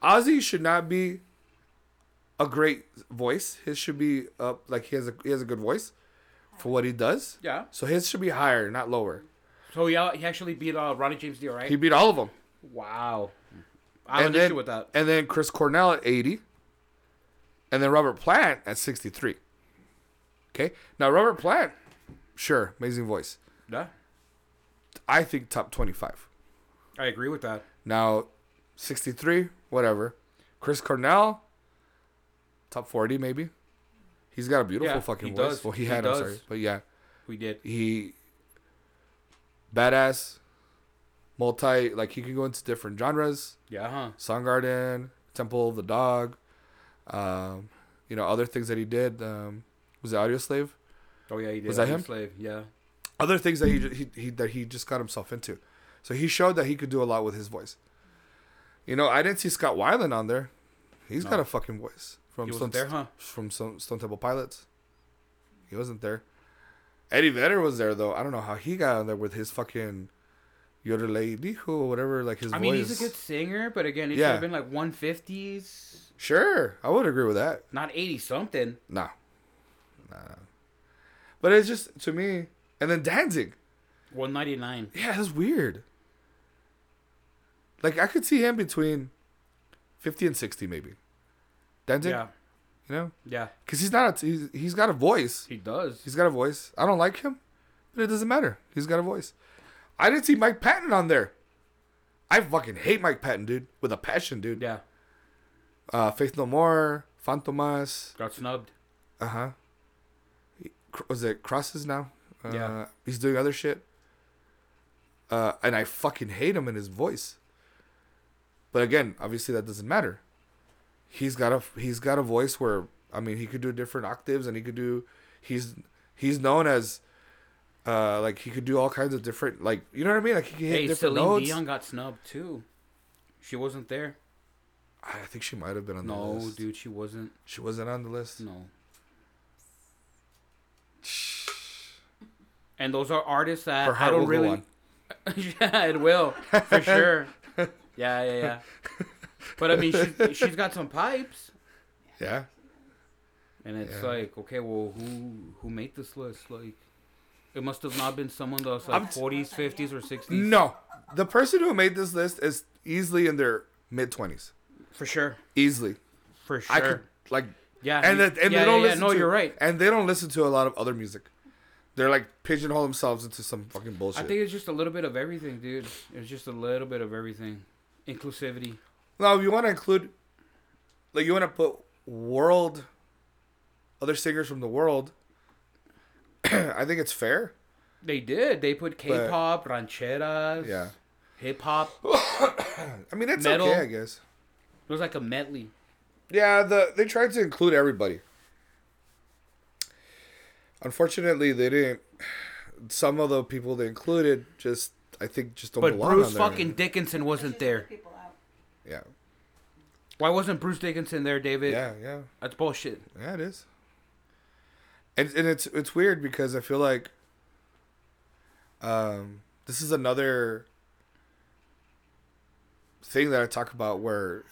Ozzy should not be a great voice. His should be up like he has a he has a good voice for what he does. Yeah. So his should be higher, not lower. So yeah, he actually beat uh, Ronnie James Dio, right? He beat all of them. wow. I have an and then issue with that. and then Chris Cornell at 80, and then Robert Plant at 63. Okay, now Robert Plant, sure, amazing voice. Yeah, I think top 25. I agree with that. Now, 63, whatever. Chris Cornell, top 40 maybe. He's got a beautiful Yeah, fucking he voice. does. Well, he He had, does. I'm sorry. But yeah, We did. he badass, multi, like he can go into different genres. Yeah, huh? Soundgarden, Temple of the Dog, um, you know, other things that he did. Um, was it Audio Slave? Oh yeah, he did. Was that Audio him? Slave. Yeah. Other things that he, ju- he, he that he just got himself into. So he showed that he could do a lot with his voice. You know, I didn't see Scott Weiland on there. He's got a fucking voice from He wasn't Stone, there, huh? from Stone, Stone Temple Pilots. He wasn't there. Eddie Vedder was there though. I don't know how he got on there with his fucking Yodelay Dijo or whatever, like his I voice. mean, he's a good singer, but again, it Yeah. should have been like 150s, Sure, I would agree with that. not 80 something. No. No. no. But it's just to me and then Danzig. 199. Yeah, that's weird. Like I could see him between 50 and 60 maybe. Danzig, Yeah. you know? Yeah. Cuz he's not a, he's, he's got a voice. He does. He's got a voice. I don't like him, but it doesn't matter. He's got a voice. I didn't see Mike Patton on there. I fucking hate Mike Patton, dude, with a passion, dude. yeah. Uh Faith No More, Fantomas, Got snubbed. Uh huh. Was it crosses now? Uh, Yeah. He's doing other shit. Uh, and I fucking hate him and his voice. But again, obviously that doesn't matter. He's got a he's got a voice where I mean he could do different octaves and he could do he's he's known as uh like he could do all kinds of different like you know what I mean like he could hit Hey, different Celine notes. Dion got snubbed too. She wasn't there. I think she might have been on the No, list. dude, she wasn't. She wasn't on the list. No. And those are artists that Her I heart don't will go really. on. [LAUGHS] yeah, it will [LAUGHS] for sure. Yeah, yeah, yeah. But I mean, she, she's got some pipes, Yeah. and it's Yeah. like, okay, well, who who made this list? Like, it must have not been someone that was like I'm- forties, fifties, or sixties. No. The person who made this list is easily in their mid 20s. for sure, Easily. for sure. I could like yeah, and he- that and yeah, they don't yeah, yeah, listen No, to, you're right. And they don't listen to a lot of other music. They're like pigeonhole themselves into some fucking bullshit. I think it's just a little bit of everything, dude. It's just a little bit of everything. Inclusivity. Now, if you want to include, like, you want to put world, other singers from the world, [CLEARS THROAT] I think it's fair. They did. They put K-pop, rancheras, Yeah. hip hop. I mean, that's Metal. okay, I guess. It was like a medley. Yeah, the they tried to include everybody. Unfortunately, they didn't. Some of the people they included just, I think, just don't But belong Bruce on there. fucking Dickinson wasn't Just there. took people out. Yeah, Why wasn't Bruce Dickinson there, David? yeah, yeah, That's bullshit. yeah. It is. And and it's it's weird because I feel like. Um, this is another thing that I talk about where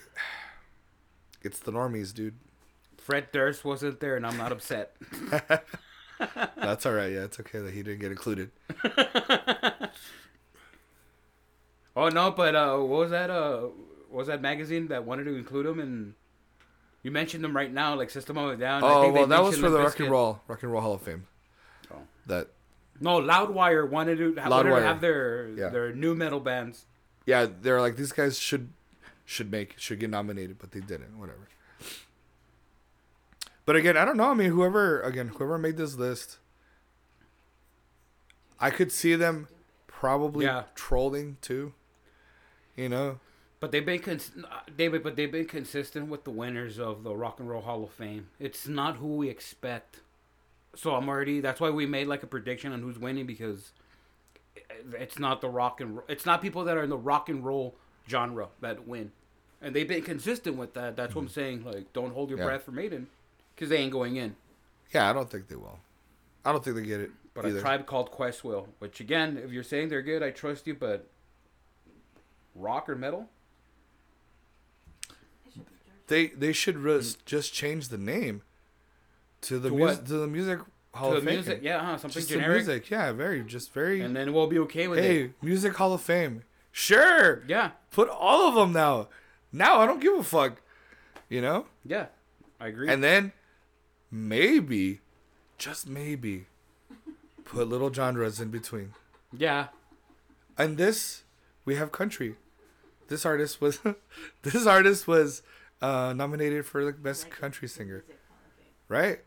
[SIGHS] it's the normies, dude. Fred Durst wasn't there, and I'm not upset. That's all right. Yeah, it's okay that he didn't get included. Oh no, but uh, what was that? Uh, what was that magazine that wanted to include him? And you mentioned them right now, like System of a Down. I Oh think they well, that was mentioned for the Limp Rock and Bizkit. Roll Rock and Roll Hall of Fame. Oh. That No, Loudwire wanted to, wanted to Loudwire. have their Yeah. their new metal bands. yeah, they're like these guys should should make should get nominated, but they didn't. Whatever. But again, I don't know. I mean, whoever again whoever made this list, I could see them probably Yeah. trolling too. You know, But they've been cons- uh, David. But they've been consistent with the winners of the Rock and Roll Hall of Fame. It's not who we expect. So I'm already. That's why we made like a prediction on who's winning because it- it's not the rock and ro- it's not people that are in the rock and roll genre that win, and they've been consistent with that. That's what I'm saying. Like, don't hold your Mm-hmm. Yeah. breath for Maiden because they ain't going in. yeah, I don't think they will. I don't think they get it. But either. a tribe called Quest will. Which again, if you're saying they're good, I trust you. But rock or metal? They should put George- They they should re- just change the name to the Mm. To mus- what? to the music hall To the of fame. music, yeah, huh, something just the generic. music, yeah, very just [LAUGHS] very. and then we'll be okay with it. hey, music hall of fame, sure, Yeah, put all of them now. Now I don't give a fuck, you know. yeah, I agree. And then maybe, just maybe, put little genres in between. yeah, And this we have country. This artist was, [LAUGHS] this artist was uh, nominated for the best like, country singer. music hall of fame. right?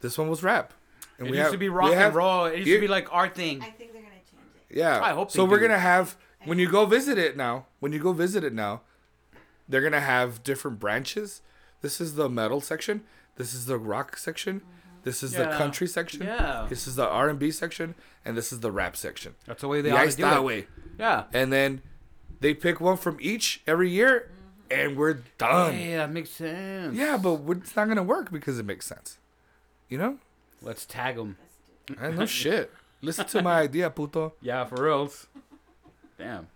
This one was rap. And it used have- to be rock and have- roll. It used you- to be like our thing. I think they're gonna change it. Yeah. I hope so. they we're do. gonna have when you go visit it now. When you go visit it now, they're gonna have different branches. This is the metal section. This is the rock section. This is the Mm-hmm. Yeah. country section. Yeah. This is the R and B section, and this is the rap section. That's the way they Yeah, always it's that do it. way. Yeah. And then they pick one from each every year, Mm-hmm. and we're done. Yeah, that makes sense. Yeah, but we're- it's not gonna work because it makes sense. You [LAUGHS] know. Let's tag them. Let's do it. I know shit. Listen to my idea, puto. Yeah, for reals. Damn.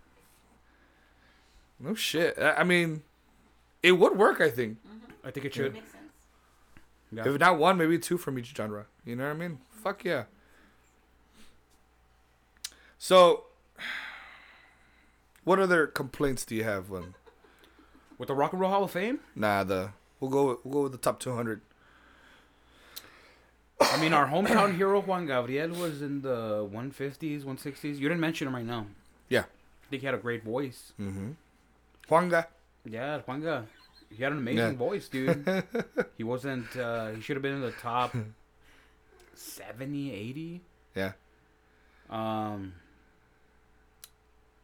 No shit. I I mean, it would work, I think. I think it It should. makes sense. Yeah. If not one, maybe two from each genre. You know what I mean? Fuck yeah. So, what other complaints do you have? When With the Rock and Roll Hall of Fame, nah, the we'll go we'll go with the top two hundred. I mean, our hometown [COUGHS] hero Juan Gabriel was in the 150s, 160s. You didn't mention him right now. Yeah. I think he had a great voice. Mm-hmm. Juanga. Yeah, Juanga. He had an amazing Yeah. voice, dude. he wasn't, uh, he should have been in the top 70, 80. Yeah. Um,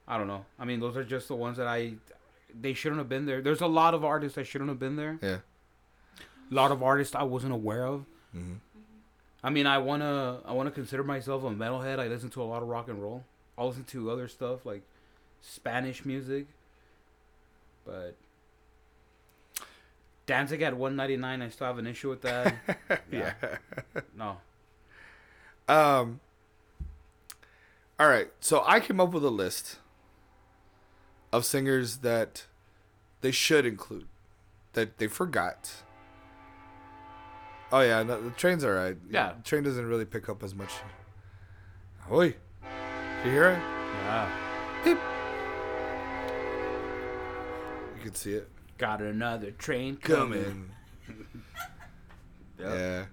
I don't know. I mean, those are just the ones that I. They shouldn't have been there. There's a lot of artists that shouldn't have been there. Yeah. A lot of artists I wasn't aware of. Mm-hmm. I mean, I wanna I wanna consider myself a metalhead. I listen to a lot of rock and roll. I listen to other stuff like Spanish music, but Danzig at 199. I still have an issue [LAUGHS] with that. yeah. no. Um. All right, so I came up with a list of singers that they should include that they forgot. Oh yeah, no, the train's all right. Yeah. the train doesn't really pick up as much. Oi, you hear it? Yeah. Beep. You can see it Got another train coming. coming. [LAUGHS] Yeah.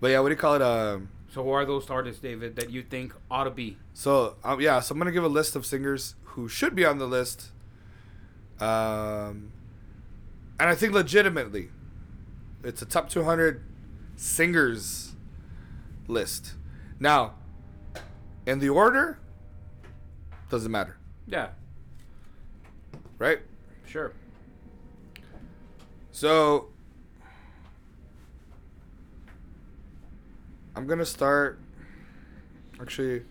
But yeah, what do you call it? Um. So who are those artists, David, that you think ought to be? So um, yeah, so I'm gonna give a list of singers who should be on the list. Um, and I think legitimately, it's a top 200 singers list. Now, in the order, doesn't matter, Yeah. right? Sure. So I'm gonna start. Actually,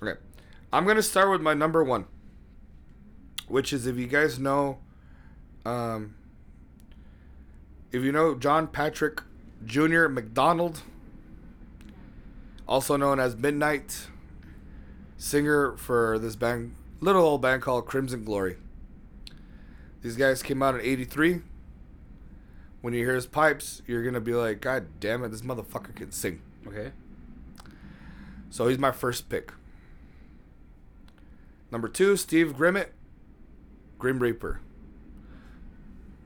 okay, I'm gonna start with my number one, which is if you guys know, um, if you know John Patrick Jr. McDonald, also known as Midnight, singer for this band, little old band called Crimson Glory. These guys came out in 83. When you hear his pipes, you're going to be like, God damn it, this motherfucker can sing. Okay. [LAUGHS] So he's my first pick. Number two, Steve Grimmett, Grim Reaper.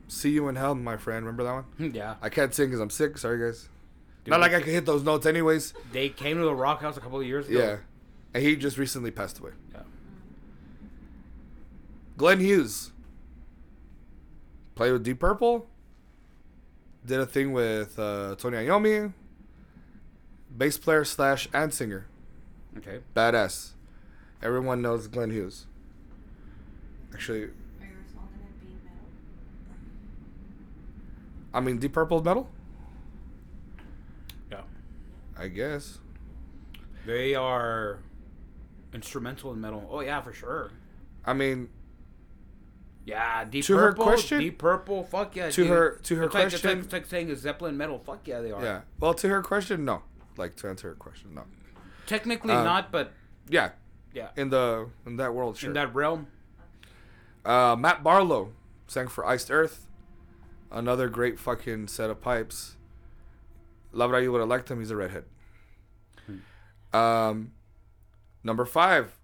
See you in hell, my friend. Remember that one? yeah. I can't sing because I'm sick. Sorry, guys. Dude, Not like I can hit those notes, anyways. They came to the Rock House a couple of years ago. Yeah. And he just recently passed away. Yeah. Glenn Hughes played with Deep Purple, did a thing with uh, Tony Iommi, bass player slash and singer, Okay. badass. Everyone knows Glenn Hughes. Actually, Are your song gonna be metal? I mean Deep Purple's metal, Yeah. I guess. They are instrumental in metal. Oh yeah, for sure. I mean, Yeah, Deep To her Purple. question- Deep Purple. Fuck yeah. To dude. her- to her It's like- it's like- question- it's like saying is Zeppelin metal. Fuck yeah, they are. yeah. Well, to her question, no. Like to answer her question, no. Technically Um, not, but Yeah, yeah, in the in that world, sure. in that realm. Uh, Matt Barlow sang for Iced Earth. Another great fucking set of pipes. Love that you would have liked him. He's a redhead. Um, number five,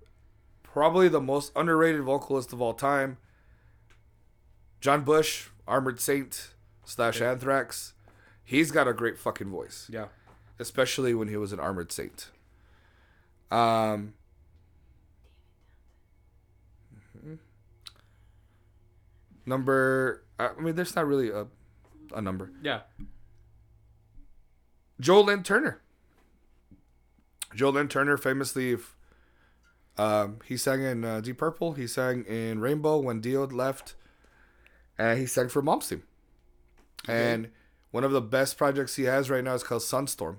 probably the most underrated vocalist of all time. John Bush, Armored Saint slash Anthrax. He's got a great fucking voice Yeah. especially when he was an armored saint. Um, mhm. number, uh, I I mean, there's not really a, a number. Yeah. Joel Lynn Turner. Joel Lynn Turner famously, f- um, he sang in uh, Deep Purple. He sang in Rainbow when Dio left, and he sang for Mom's Team. And one of the best projects he has right now is called Sunstorm.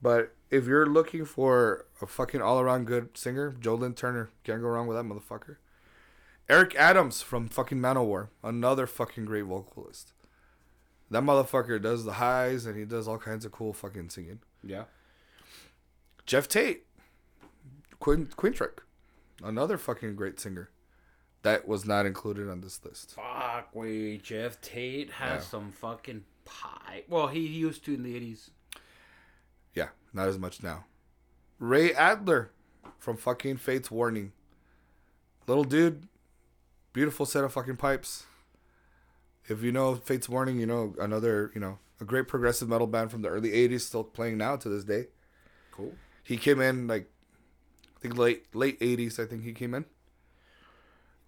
But if you're looking for a fucking all-around good singer, Joel Lynn Turner can't go wrong with that motherfucker. Eric Adams from fucking Manowar, another fucking great vocalist. That motherfucker does the highs and he does all kinds of cool fucking singing. Yeah. Jeff Tate, Quin Quintrick, another fucking great singer that was not included on this list. Fuck, wait. Jeff Tate has Yeah. some fucking pie. Well, he used to in the eighties. Yeah, not as much now. Ray Adler from fucking Fate's Warning. Little dude, beautiful set of fucking pipes. If you know Fate's Warning, you know another, you know, a great progressive metal band from the early 80s still playing now to this day. Cool. He came in like I think late late 80s I think he came in.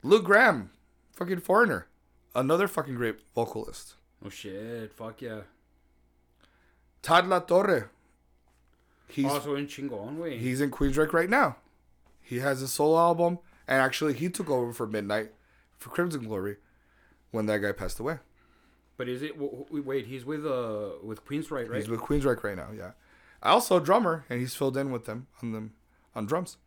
Lou Graham, fucking foreigner. Another fucking great vocalist. Oh shit. Fuck yeah. Todd La Torre. He's also in Chingon, wait. he's in Queensrÿche right now. He has a solo album, and actually, he took over for Midnight for Crimson Glory when that guy passed away. but is it? w- w- Wait, he's with uh with Queensryche, right? He's with Queensrÿche right now. Yeah, also a drummer, and he's filled in with them on them on drums.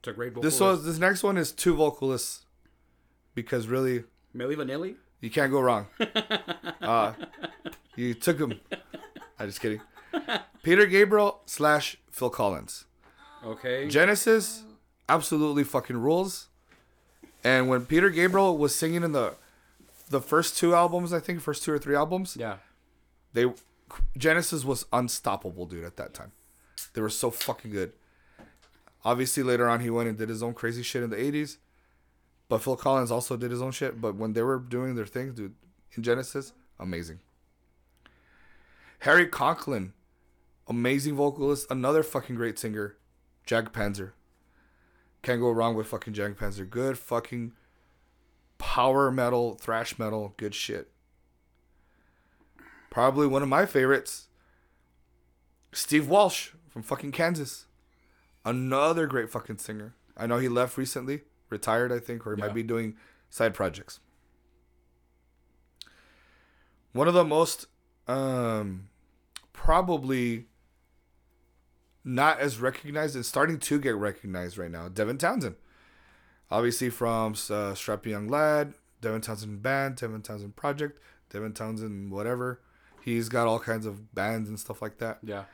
it's a great vocalist. This was this next one is two vocalists because really Millie Vanilli? you can't go wrong. Uh, you took him. I'm just kidding. Peter Gabriel slash Phil Collins. Okay. Genesis absolutely fucking rules. And when Peter Gabriel was singing in the the first two albums, I think first two or three albums, yeah. they Genesis was unstoppable, dude. At that time, they were so fucking good. Obviously, later on, he went and did his own crazy shit in the '80s. But Phil Collins also did his own shit. But when they were doing their things, dude, in Genesis, amazing. Harry Conklin, amazing vocalist, another fucking great singer. Jack Panzer. Can't go wrong with fucking Jack Panzer. Good fucking power metal, thrash metal, good shit probably one of my favorites, Steve Walsh from fucking Kansas. Another great fucking singer. I know he left recently, retired, I think, or he Yeah. might be doing side projects. One of the most, um, probably not as recognized and starting to get recognized right now, Devin Townsend. Obviously from uh, Strappy Young Lad, Devin Townsend Band, Devin Townsend Project, Devin Townsend whatever. He's got all kinds of bands and stuff like that. Yeah.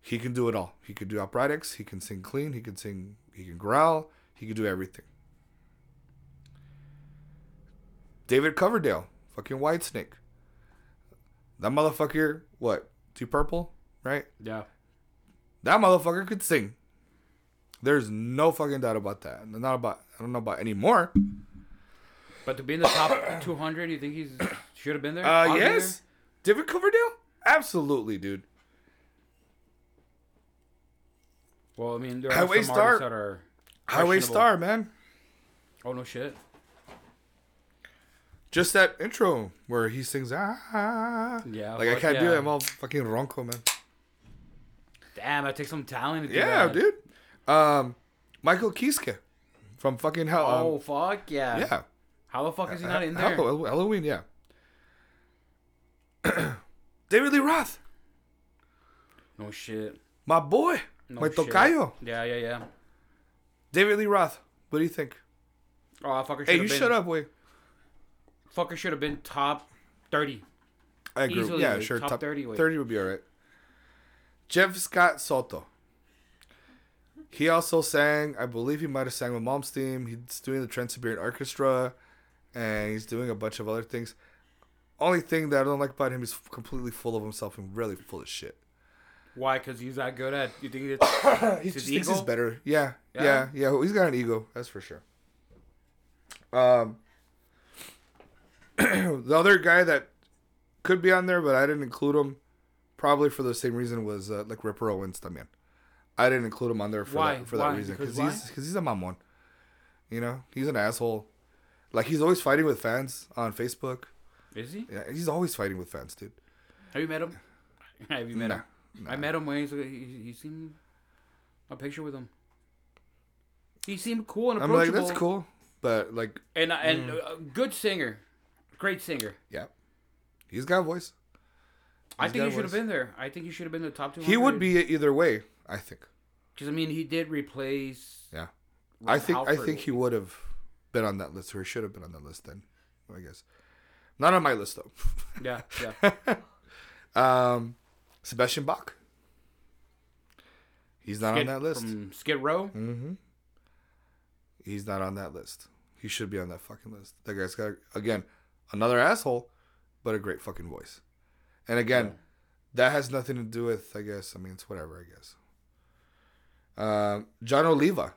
He can do it all. He can do operatics. He can sing clean. He can sing. He can growl. He can do everything. David Coverdale, fucking Whitesnake. That motherfucker, what? Deep Purple, right? Yeah. That motherfucker could sing. There's no fucking doubt about that. Not about. I don't know about anymore. But to be in the top [COUGHS] 200, you think he should have been there? Uh, Oughta be yes. David Coverdale? Absolutely, dude. there? Well, I mean, there are Highway some Star. artists that are. Highway Questionable. Star, man. Oh no, shit. Just that intro where he sings ah. Yeah, Like I but- can't do yeah. it. I'm all fucking ronco, man. Damn, I take some talent. to do Yeah, that. dude. Um, Michael Kiske from fucking hell. um, Oh fuck yeah. yeah. Uh, How the fuck is he not in Hell- there? Halloween, yeah. [CLEARS THROAT] David Lee Roth, No shit. my boy, No my shit. tocayo. Yeah, yeah, yeah. David Lee Roth. What do you think? Oh, fucker. Hey, should've you been, shut up, wait. Fucker should have been top thirty. I agree. Easily, yeah, like, sure. top 30 weight. Thirty would be all right. Jeff Scott Soto. He also sang. I believe he might have sang with Mom's Theme. He's doing the Trans Siberian Orchestra, and he's doing a bunch of other things. Only thing that I don't like about him is completely full of himself and really full of shit. Why? Because he's that good at. You think it's he It's his just thinks he's ego? better. Yeah, yeah, Yeah. yeah, He's got an ego, that's for sure. Um, [CLEARS THROAT] the other guy that could be on there, but I didn't include him, probably for the same reason, was uh, like Ripper Owens, man. I didn't include him on there for Why? that, for Why? that reason because Because he's because he's a mamon. You know, he's an asshole. Like he's always fighting with fans on Facebook. [COUGHS] Is he? Yeah, he's always fighting with fans, dude. Have you met him? [LAUGHS] Have you met him? Nah, I nah. met him when he, he, he seemed a picture with him. He seemed cool and I'm approachable. like that's cool, Mm. but like And and uh, good singer, great singer. yeah, he's got a voice. I He's think got he should have voice. been there. I think he should have been in the top two. He would be either way, I think. because I mean he did replace. Yeah. Rob I think I Halford. think he would have been on that list, or he should have been on that list then, I guess. Not on my list though. [LAUGHS] Yeah, yeah. um, Sebastian Bach. He's not on that list. Mm. From Skid Row. He's not on that list. He should be on that fucking list. That guy's got again another asshole, but a great fucking voice. And again, that has nothing to do with. I guess I mean it's whatever. I guess. Um, John Oliva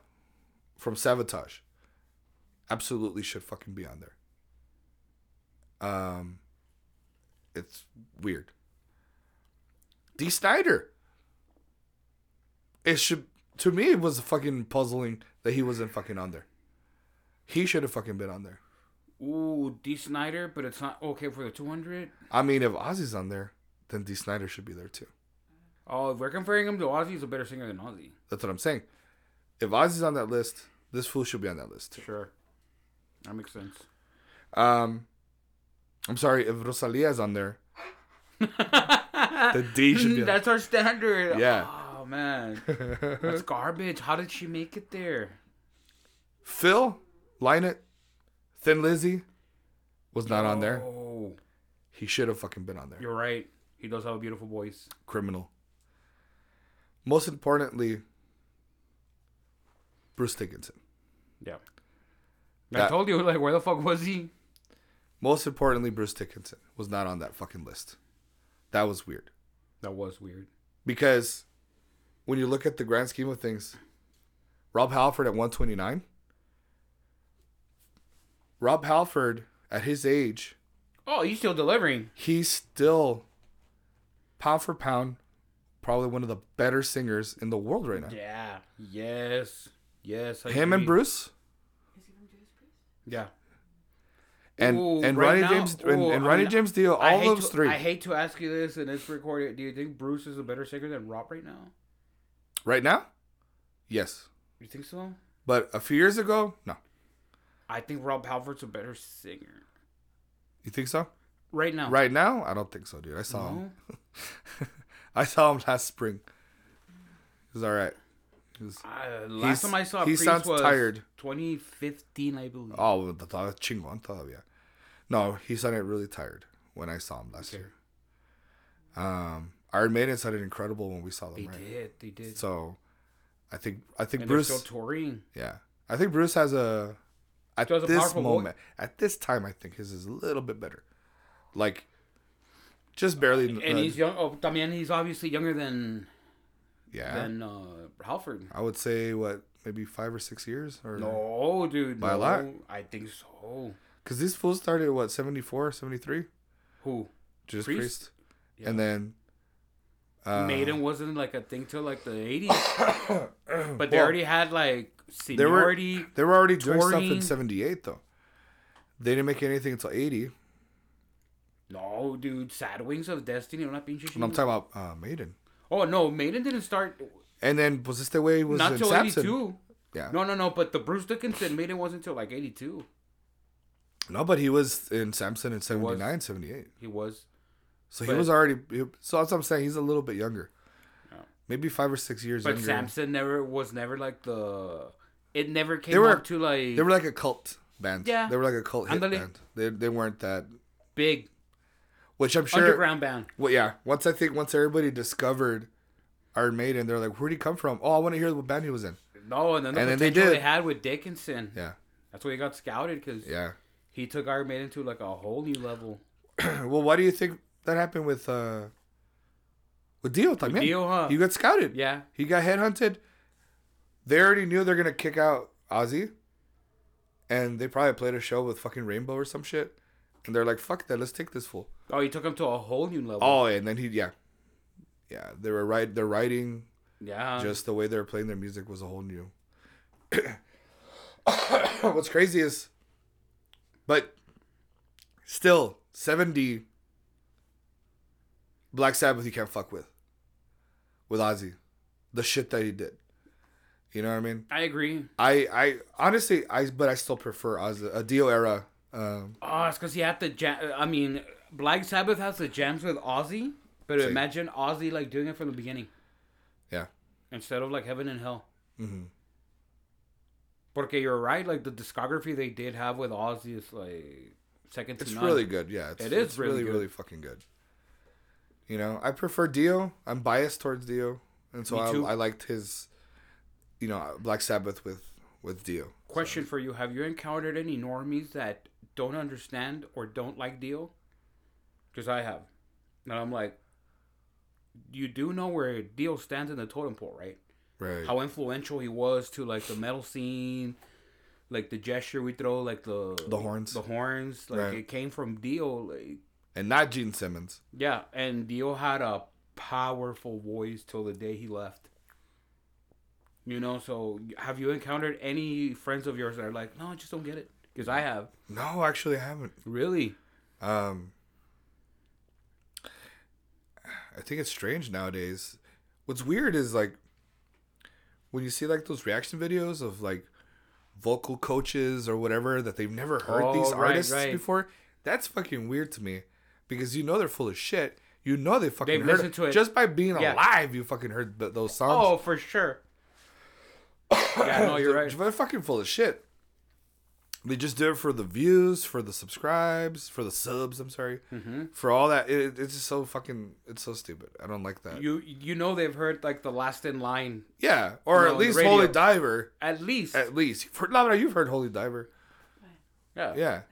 from Sabotage absolutely should fucking be on there. Um, it's weird. D. Snyder. It should to me it was fucking puzzling that he wasn't fucking on there. He should have fucking been on there. Ooh, D. Snyder, but it's not okay for the two hundred. I mean, if Ozzy's on there, then D. Snyder should be there too. Oh, if we're comparing him to Ozzy, he's a better singer than Ozzy. That's what I'm saying. If Ozzy's on that list, this fool should be on that list too. Sure, that makes sense. Um, I'm sorry if Rosalia's on there. The D should [LAUGHS] be on Mm-hmm, That's our standard. Yeah. Oh man, [LAUGHS] that's garbage. How did she make it there? Phil Lynott, Thin Lizzy was not on there. Oh, He should have fucking been on there. you're right. He does have a beautiful voice. Criminal. Most importantly, Bruce Dickinson. Yeah. I That- told you, like, where the fuck was he? Most importantly, Bruce Dickinson was not on that fucking list. That was weird. That was weird. Because when you look at the grand scheme of things, Rob Halford at 129, Rob Halford at his age, Oh, he's still delivering. he's still pound for pound probably one of the better singers in the world right now. Yeah. Yes. Yes. I Him and agree. Bruce Is he from Judas Priest? Yeah. and Ooh, and right Ronnie now- James and, ooh, and Ronnie I- James Dio, I all hate those to- three I hate to ask you this, and it's recorded. Do you think Bruce is a better singer than Rob right now? right now? Yes. You think so? But a few years ago? No. I think Rob Halford's a better singer You think so? right now. Right now? I don't think so, dude. I saw him. No? I saw him last spring. He was all right. He was, Uh, He's- last time I saw he Priest sounds was tired. 2015, I believe. oh, the thought chingon todavía. No, he sounded really tired when I saw him last Okay. year. Um, Iron Maiden sounded incredible when we saw them, They right? did. They did. So, I think I think and they're Bruce. still touring. yeah, I think Bruce has a at Still has a this powerful voice. moment at this time. I think his is a little bit better, like just barely. And uh, he's young. Oh, I mean, he's obviously younger than yeah, than uh, Halford. I would say what maybe five or six years or No, dude. By a no. lot? I think so. Because these fools started what 74, 73? Who? Just Priest, Priest? and then uh, Maiden wasn't like a thing till like [COUGHS] the 80s, but they Well, already had like They were seniority. they were already doing stuff in touring. seventy eight though. They didn't make anything until eighty. No, dude. Sad Wings of Destiny. Una pinche And I'm chinga. talking about uh, Maiden. Oh no, Maiden didn't start And then was this the way it was not in till Samson? 82. Yeah. No. No, no, no. But the Bruce Dickinson Maiden wasn't till like 82. but he was in Samson in 79, 78. He was. So he But- was already. He, so that's what I'm saying. He's a little bit younger. Yeah. Maybe five or six years But younger. Samson never was never like the. It never came They were- up to like They were like a cult band. Yeah. They were like a cult hit Ándale. band. They, they weren't that. big Which I'm sure. underground band. Well, yeah. Once I think once everybody discovered Iron Maiden, they're like, "Where'd he come from? Oh, I want to hear what band he was in." No, and then the And then they potential they, did. had with Dickinson. Yeah, That's why he got scouted because yeah. [CLEARS THROAT] he took Iron Maiden to like a whole new level. well, why do you think that happened with uh with Dio? También? Dio, huh? He got scouted. Yeah, he got headhunted. They already knew they're gonna kick out Ozzy, and they probably played a show with fucking Rainbow or some shit, and they're like, "Fuck that, let's take this fool." Oh, he took him to a whole new level. Oh, and then he, yeah, yeah. They were right. They're writing yeah. just the way they were playing their music was a whole new. [COUGHS] What's crazy is, but still, 7D, Black Sabbath, you can't fuck with. With Ozzy. The shit that he did. You know what I mean? I agree. I, I honestly, I but I still prefer Ozzy, a Dio era. Um, Oh, it's because he had the jam. I mean, Black Sabbath has the jams with Ozzy, but Sí. imagine Ozzy like doing it from the beginning yeah. instead of like Heaven and Hell. hmm Porque you're right. Like the discography they did have with Ozzy is like second to It's none. really good. Yeah. It's, It is it's really, really really, good. fucking good. You know, I prefer Dio. I'm biased towards Dio. And so Me too. I, I liked his, you know, Black Sabbath with, with Dio. Question for you: Have you encountered any normies that don't understand or don't like Dio? Because I have, and I'm like, you do know where Dio stands in the totem pole, right? Right. how influential he was to like the metal scene, like the gesture we throw, like the The horns. the horns. Like Right. it came from Dio. Like and not Gene Simmons. yeah, and Dio had a powerful voice till the day he left. You know, so have you encountered any friends of yours that are like, no, I just don't get it? Because I have No, actually, I haven't. really. Um, I think it's strange nowadays. What's weird is like when you see like those reaction videos of like vocal coaches or whatever that they've never heard Oh, these right, artists right. before. That's fucking weird to me because you know they're full of shit. You know they fucking They've heard listened to it. just by being Yeah. alive. You fucking heard th- those songs. Oh, [COUGHS] for sure. yeah, no, Oh, you're right. They're fucking full of shit. They just do it for the views, for the subscribes, for the subs. I'm sorry, Mm-hmm. for all that. It, it's just so fucking. It's so stupid. I don't like that. You you know they've heard like the last in line yeah, or No, at the least radio. Holy Diver. at least. At least, for, Lavra, you've heard Holy Diver. yeah. Yeah, I love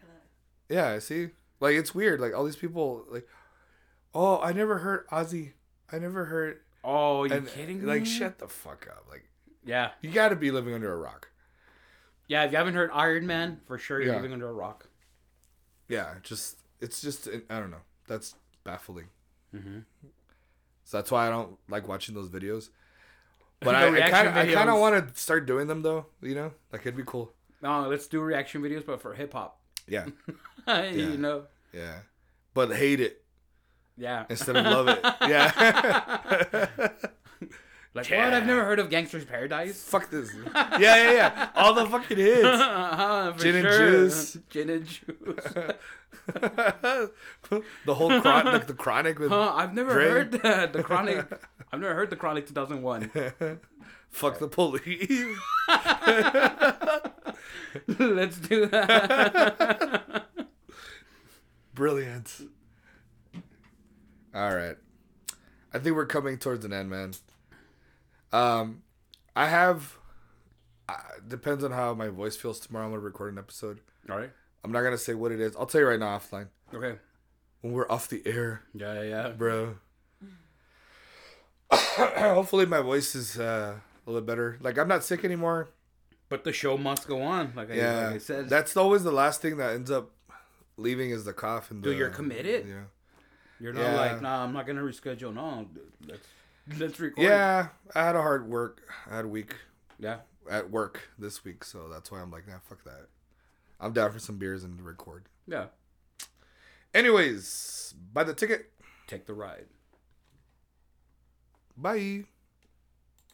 it. yeah. See, like it's weird. Like all these people, like, oh, I never heard Ozzy. I never heard. Oh, you and, kidding me? Like, shut the fuck up. Like, Yeah. you got to be living under a rock. Yeah, if you haven't heard Iron Man, for sure you're Yeah. living under a rock. yeah just it's just i don't know that's baffling Mhm. so that's why i don't like watching those [LAUGHS] videos but The I, I reaction kind of I kind of videos. want to start doing them though. You know, like it'd be cool. No, let's do reaction videos, but for hip [LAUGHS] hop. Yeah, Yeah. You know? yeah. But hate it Yeah. instead of love it. Yeah. [LAUGHS] Like, what? Yeah. I've never heard of Gangster's Paradise. Fuck this. Yeah, yeah, yeah. All the fucking hits. [LAUGHS] Uh-huh, [LAUGHS] for Gin and sure. juice. Gin and juice. the whole chron- like the chronic with [LAUGHS] Huh, I've never Dre. heard the, the [LAUGHS] Chronic. I've never heard the Chronic 2001. fuck the police. [LAUGHS] Let's [LAUGHS] do that. Brilliant. All right. I think we're coming towards an end, man. Um, I have. Uh, depends on how my voice feels tomorrow. I'm gonna record an episode. All right. I'm not gonna say what it is. I'll tell you right now offline Okay. when we're off the air, Yeah, yeah, yeah. bro. [CLEARS THROAT] Hopefully, my voice is uh, a little better. Like I'm not sick anymore. But the show must go on, like, I, Yeah, like I said. that's always the last thing that ends up leaving is the cough and Dude, the- you're committed. Yeah. You're not yeah. like, nah, I'm not gonna reschedule. No, let's let's record. Yeah, I had a hard work. I had a week yeah. at work this week, so that's why I'm like, nah, fuck that. I'm down for some beers and to record. Yeah. Anyways, buy the ticket. Take the ride. Bye.